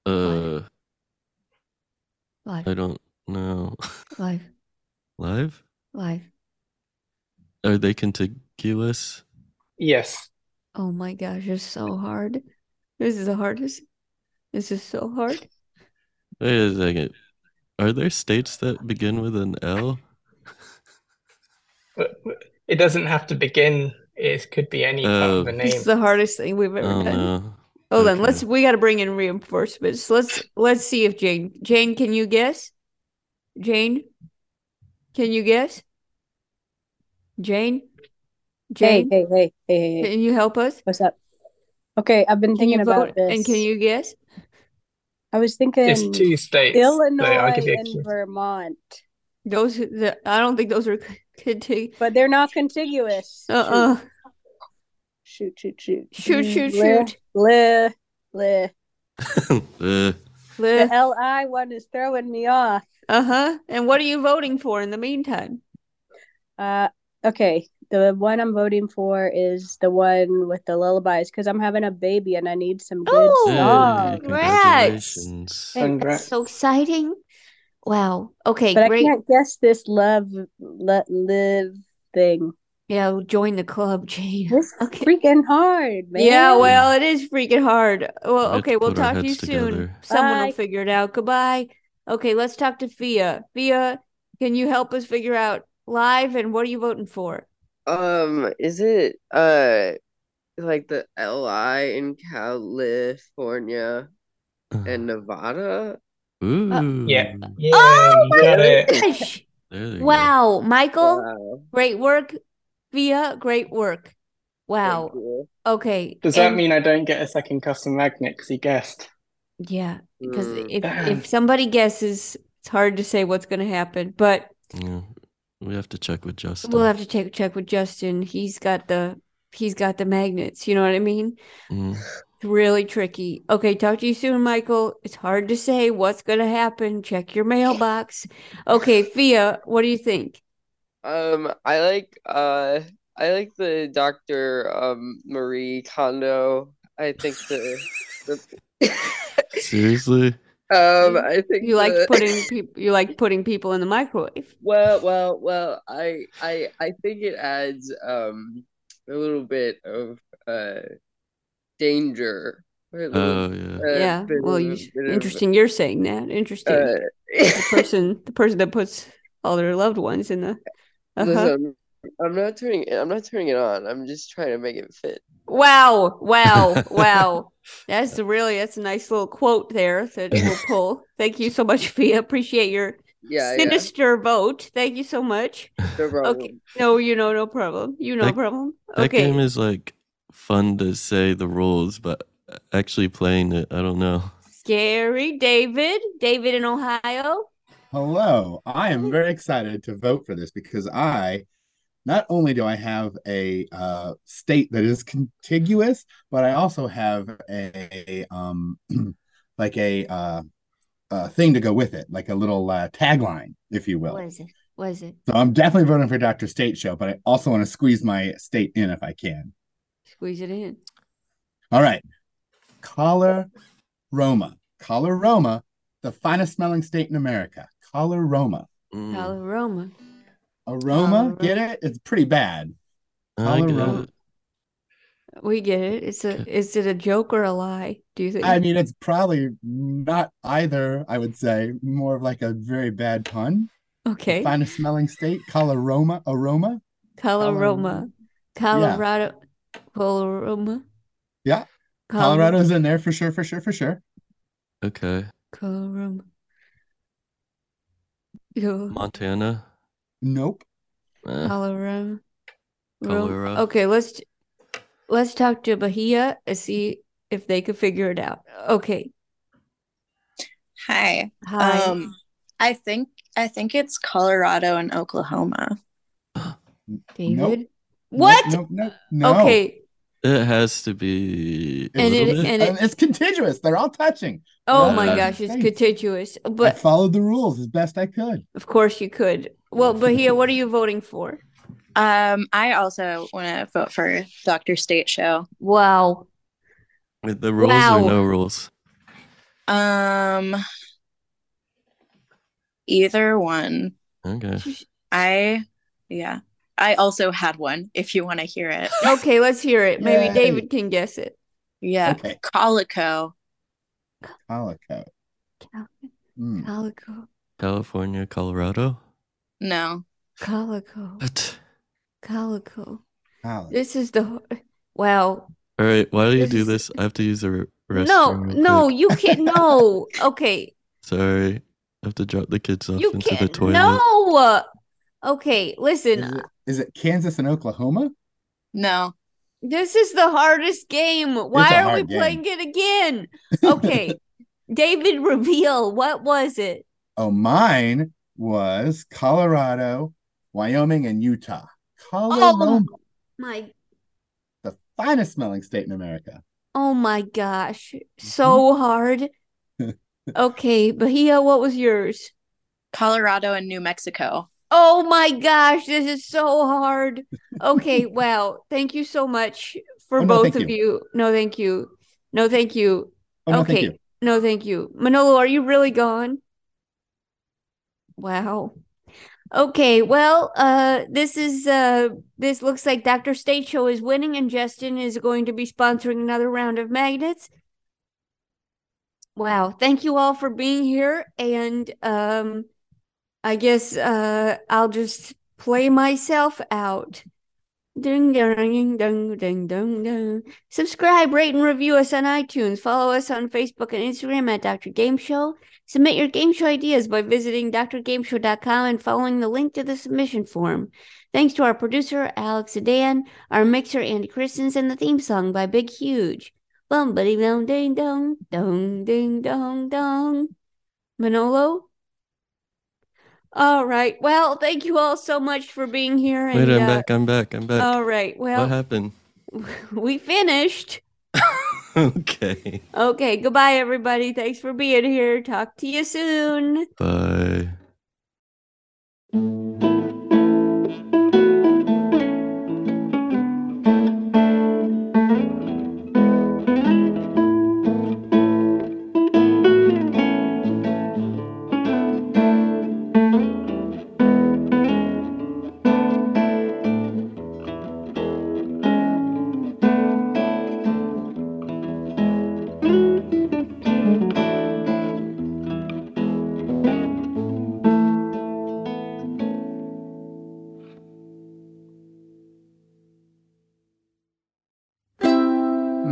Speaker 2: Uh,
Speaker 3: Live.
Speaker 2: I don't know.
Speaker 3: Live.
Speaker 2: Live?
Speaker 3: Live.
Speaker 2: Are they contiguous?
Speaker 14: Yes.
Speaker 3: Oh my gosh, it's so hard. This is the hardest. This is so hard.
Speaker 2: Wait a second. Are there states that begin with an L?
Speaker 14: But but it doesn't have to begin. It could be any part of
Speaker 2: Oh.
Speaker 14: the
Speaker 3: This
Speaker 14: name.
Speaker 3: is the hardest thing we've ever done.
Speaker 2: Oh no.
Speaker 3: Hold on, let's we gotta bring in reinforcements. Let's let's see if Jane Jane, can you guess? Jane? Can you guess? Jane?
Speaker 17: Hey,
Speaker 3: Jane?
Speaker 17: hey, hey, hey, hey, hey.
Speaker 3: Can you help us?
Speaker 17: What's up? Okay, I've been
Speaker 3: Can you
Speaker 17: thinking about
Speaker 3: vote and can
Speaker 17: this.
Speaker 3: you guess?
Speaker 17: I was thinking
Speaker 14: It's two states, so I could
Speaker 17: Illinois
Speaker 14: be a
Speaker 17: and Vermont,
Speaker 3: Those the, I don't think those are contiguous.
Speaker 17: but they're not contiguous. Shoot.
Speaker 3: Uh-uh.
Speaker 17: Shoot, shoot, shoot.
Speaker 3: Shoot, shoot,
Speaker 17: Leh,
Speaker 3: shoot.
Speaker 17: leh, leh.
Speaker 2: Uh,
Speaker 17: The
Speaker 3: Leh.
Speaker 17: LI one is throwing me off.
Speaker 3: Uh-huh. And what are you voting for in the meantime?
Speaker 17: Uh, okay, the one I'm voting for is the one with the lullabies because I'm having a baby and I need some good
Speaker 3: Oh,
Speaker 2: hey,
Speaker 17: songs.
Speaker 2: congratulations.
Speaker 3: Thank- That's so exciting. Wow. Okay,
Speaker 17: But I
Speaker 3: great.
Speaker 17: can't guess this love, let live thing.
Speaker 3: Yeah, we'll join the club, Jane.
Speaker 17: It's freaking hard, man.
Speaker 3: Yeah, well, it is freaking hard. Well,
Speaker 2: have
Speaker 3: okay,
Speaker 2: to
Speaker 3: we'll
Speaker 2: put our
Speaker 3: talk to you
Speaker 2: heads
Speaker 3: soon.
Speaker 2: together.
Speaker 3: Someone will
Speaker 17: Bye.
Speaker 3: figure it out. Goodbye. Okay, let's talk to Fia. Fia, can you help us figure out live and what are you voting for?
Speaker 6: Um, is it uh like the LI in California and Nevada?
Speaker 3: uh,
Speaker 2: Ooh.
Speaker 14: Yeah. Yeah,
Speaker 3: Oh
Speaker 14: you got
Speaker 3: my
Speaker 14: it.
Speaker 3: gosh.
Speaker 2: There they go.
Speaker 3: Wow, Michael,
Speaker 6: Wow.
Speaker 3: great work. Fia, great work. Wow.
Speaker 6: you.
Speaker 3: Okay.
Speaker 14: Does that
Speaker 3: and-
Speaker 14: mean I don't get a second custom magnet because he guessed?
Speaker 3: Yeah, because
Speaker 6: Mm.
Speaker 3: if
Speaker 14: Damn.
Speaker 3: if somebody guesses, it's hard to say what's going to happen. But
Speaker 2: Yeah. We have to check with Justin.
Speaker 3: we'll have to check check with Justin. He's got the he's got the magnets. You know what I mean?
Speaker 2: Mm.
Speaker 3: It's really tricky. Okay, talk to you soon, Michael. It's hard to say what's going to happen. Check your mailbox. Okay, Fia, what do you think?
Speaker 6: Um, I like uh I like the Dr. um Marie Kondo. I think the, the
Speaker 2: Seriously?
Speaker 6: um I think
Speaker 3: You like
Speaker 6: the
Speaker 3: putting people you like putting people in the microwave.
Speaker 6: well well well I I I think it adds um a little bit of uh danger. A little
Speaker 2: Oh yeah.
Speaker 6: uh,
Speaker 3: Yeah.
Speaker 6: bit
Speaker 3: Well,
Speaker 6: of
Speaker 3: you,
Speaker 6: bit of
Speaker 3: interesting. You're saying that. Interesting. The
Speaker 6: uh
Speaker 3: person, the person that puts all their loved ones in the. Uh-huh.
Speaker 6: listen I'm not turning it I'm not turning it on. I'm just trying to make it fit.
Speaker 3: Wow, wow, wow. That's really that's a nice little quote there that we'll pull. Thank you so much, Fia. Appreciate your
Speaker 6: Yeah, yeah.
Speaker 3: sinister vote. Thank you so much.
Speaker 6: No
Speaker 3: Okay.
Speaker 6: problem.
Speaker 3: No, you know, no problem. You know,
Speaker 2: That-
Speaker 3: problem.
Speaker 2: That
Speaker 3: Okay.
Speaker 2: game is like fun to say the rules, but actually playing it, I don't know.
Speaker 3: Scary David. David in Ohio.
Speaker 7: Hello. I am very excited to vote for this because I not only do I have a uh, state that is contiguous, but I also have a, um like a uh uh, thing to go with it, like a little uh, tagline, if you will.
Speaker 3: What is it? What is it?
Speaker 7: So I'm definitely voting for Dr. State Show, but I also want to squeeze my state in if I can.
Speaker 3: Squeeze it in.
Speaker 7: All right. Color Roma. Color Roma, the finest smelling state in America. Color Roma.
Speaker 3: Color Roma. Um,
Speaker 7: Aroma, get it? It's pretty bad.
Speaker 2: I get
Speaker 7: Coloroma.
Speaker 2: it.
Speaker 3: We get it. It's a is it a joke or a lie? Do you think?
Speaker 7: I mean, it's probably not either, I would say. More of like a very bad pun.
Speaker 3: okay.
Speaker 7: Finest smelling state, coloroma, aroma. Um,
Speaker 3: Coloroma. Colorado. Coloroma.
Speaker 7: Yeah.
Speaker 3: Color-
Speaker 7: Colorado's in there for sure, for sure, for sure.
Speaker 2: Okay.
Speaker 3: Coloroma. Yo,
Speaker 2: Montana.
Speaker 7: Nope.
Speaker 2: Eh,
Speaker 3: Coloroma.
Speaker 2: Colora.
Speaker 3: Okay, let's t- let's talk to Bahia and see if they could figure it out. Okay.
Speaker 13: Hi.
Speaker 3: Hi.
Speaker 13: Um, I think I think it's Colorado and Oklahoma.
Speaker 3: David?
Speaker 7: What? Nope, nope, nope, no.
Speaker 3: Okay.
Speaker 2: It has to be. a
Speaker 3: And
Speaker 2: little
Speaker 3: it-
Speaker 2: bit.
Speaker 3: and it-
Speaker 7: it's contiguous. They're all touching.
Speaker 3: Oh
Speaker 2: Yeah.
Speaker 3: my gosh, it's
Speaker 7: Thanks.
Speaker 3: contiguous.
Speaker 7: I
Speaker 3: But
Speaker 7: followed the rules as best I could.
Speaker 3: of course you could. Well, Bahia, what are you voting for?
Speaker 13: Um, I also want to vote for Dr. State Show.
Speaker 3: Wow.
Speaker 2: With the rules
Speaker 13: Wow.
Speaker 2: or no rules?
Speaker 13: Um, either one.
Speaker 2: Okay.
Speaker 13: I, yeah. I also had one. If you want to hear it,
Speaker 3: Okay, let's hear it. Maybe
Speaker 13: Yay.
Speaker 3: David can guess it.
Speaker 13: yeah.
Speaker 7: Okay.
Speaker 13: Colico.
Speaker 7: Calico. Mm.
Speaker 3: Calico.
Speaker 2: Hmm. California, Colorado.
Speaker 13: No.
Speaker 3: Calico.
Speaker 2: What?
Speaker 3: Calico.
Speaker 7: Calico.
Speaker 3: This is the wow.
Speaker 2: All right. Why do you do this? I have to use the re- restroom.
Speaker 3: No,
Speaker 2: real
Speaker 3: no,
Speaker 2: quick.
Speaker 3: you can't. No, okay,
Speaker 2: Sorry. I have to drop the kids off
Speaker 3: you
Speaker 2: into the
Speaker 3: can't.
Speaker 2: toilet.
Speaker 3: No, okay, listen. uh,
Speaker 7: Is it, is it Kansas and Oklahoma?
Speaker 13: No.
Speaker 3: This is the hardest game.
Speaker 7: It's a
Speaker 3: Why are we
Speaker 7: hard game.
Speaker 3: playing it again? Okay, David, reveal what was it?
Speaker 7: Oh, mine was Colorado, Wyoming, and Utah.
Speaker 3: Oh.
Speaker 7: Coloroma,
Speaker 3: My,
Speaker 7: the finest smelling state in America.
Speaker 3: oh my gosh, so
Speaker 7: Mm-hmm.
Speaker 3: hard. Okay, Bahia, what was yours?
Speaker 13: Colorado and New Mexico.
Speaker 3: Oh my gosh, this is so hard. Okay, wow. Thank you so much for
Speaker 13: Oh, no,
Speaker 3: both
Speaker 13: thank
Speaker 3: of you. No, thank you. No, thank you.
Speaker 7: Oh, no, thank
Speaker 3: okay.
Speaker 7: you.
Speaker 3: No, thank you. Manolo, are you really gone? Wow. Okay, well, uh this is uh this looks like Dr. State Show is winning and Justin is going to be sponsoring another round of magnets. Wow, thank you all for being here and um I guess uh I'll just play myself out. Ding ding ding ding ding ding. Subscribe, rate, and review us on iTunes. Follow us on Facebook and Instagram at Dr. Game Show. Submit your game show ideas by visiting drgameshow.com and following the link to the submission form. Thanks to our producer, Alex Adan, our mixer, Andy Christensen, and the theme song by Big Huge. Bum buddy dong ding dong dong ding dong dong. Manolo? All right. Well, thank you all so much for being here. And,
Speaker 2: Wait, I'm
Speaker 3: uh,
Speaker 2: back. I'm back. I'm back.
Speaker 3: All right. Well,
Speaker 2: what happened?
Speaker 3: we finished.
Speaker 2: okay.
Speaker 3: Okay. Goodbye, everybody. Thanks for being here. Talk to you soon.
Speaker 2: Bye.
Speaker 18: MaximumFun.org. Comedy and culture. Artist owned.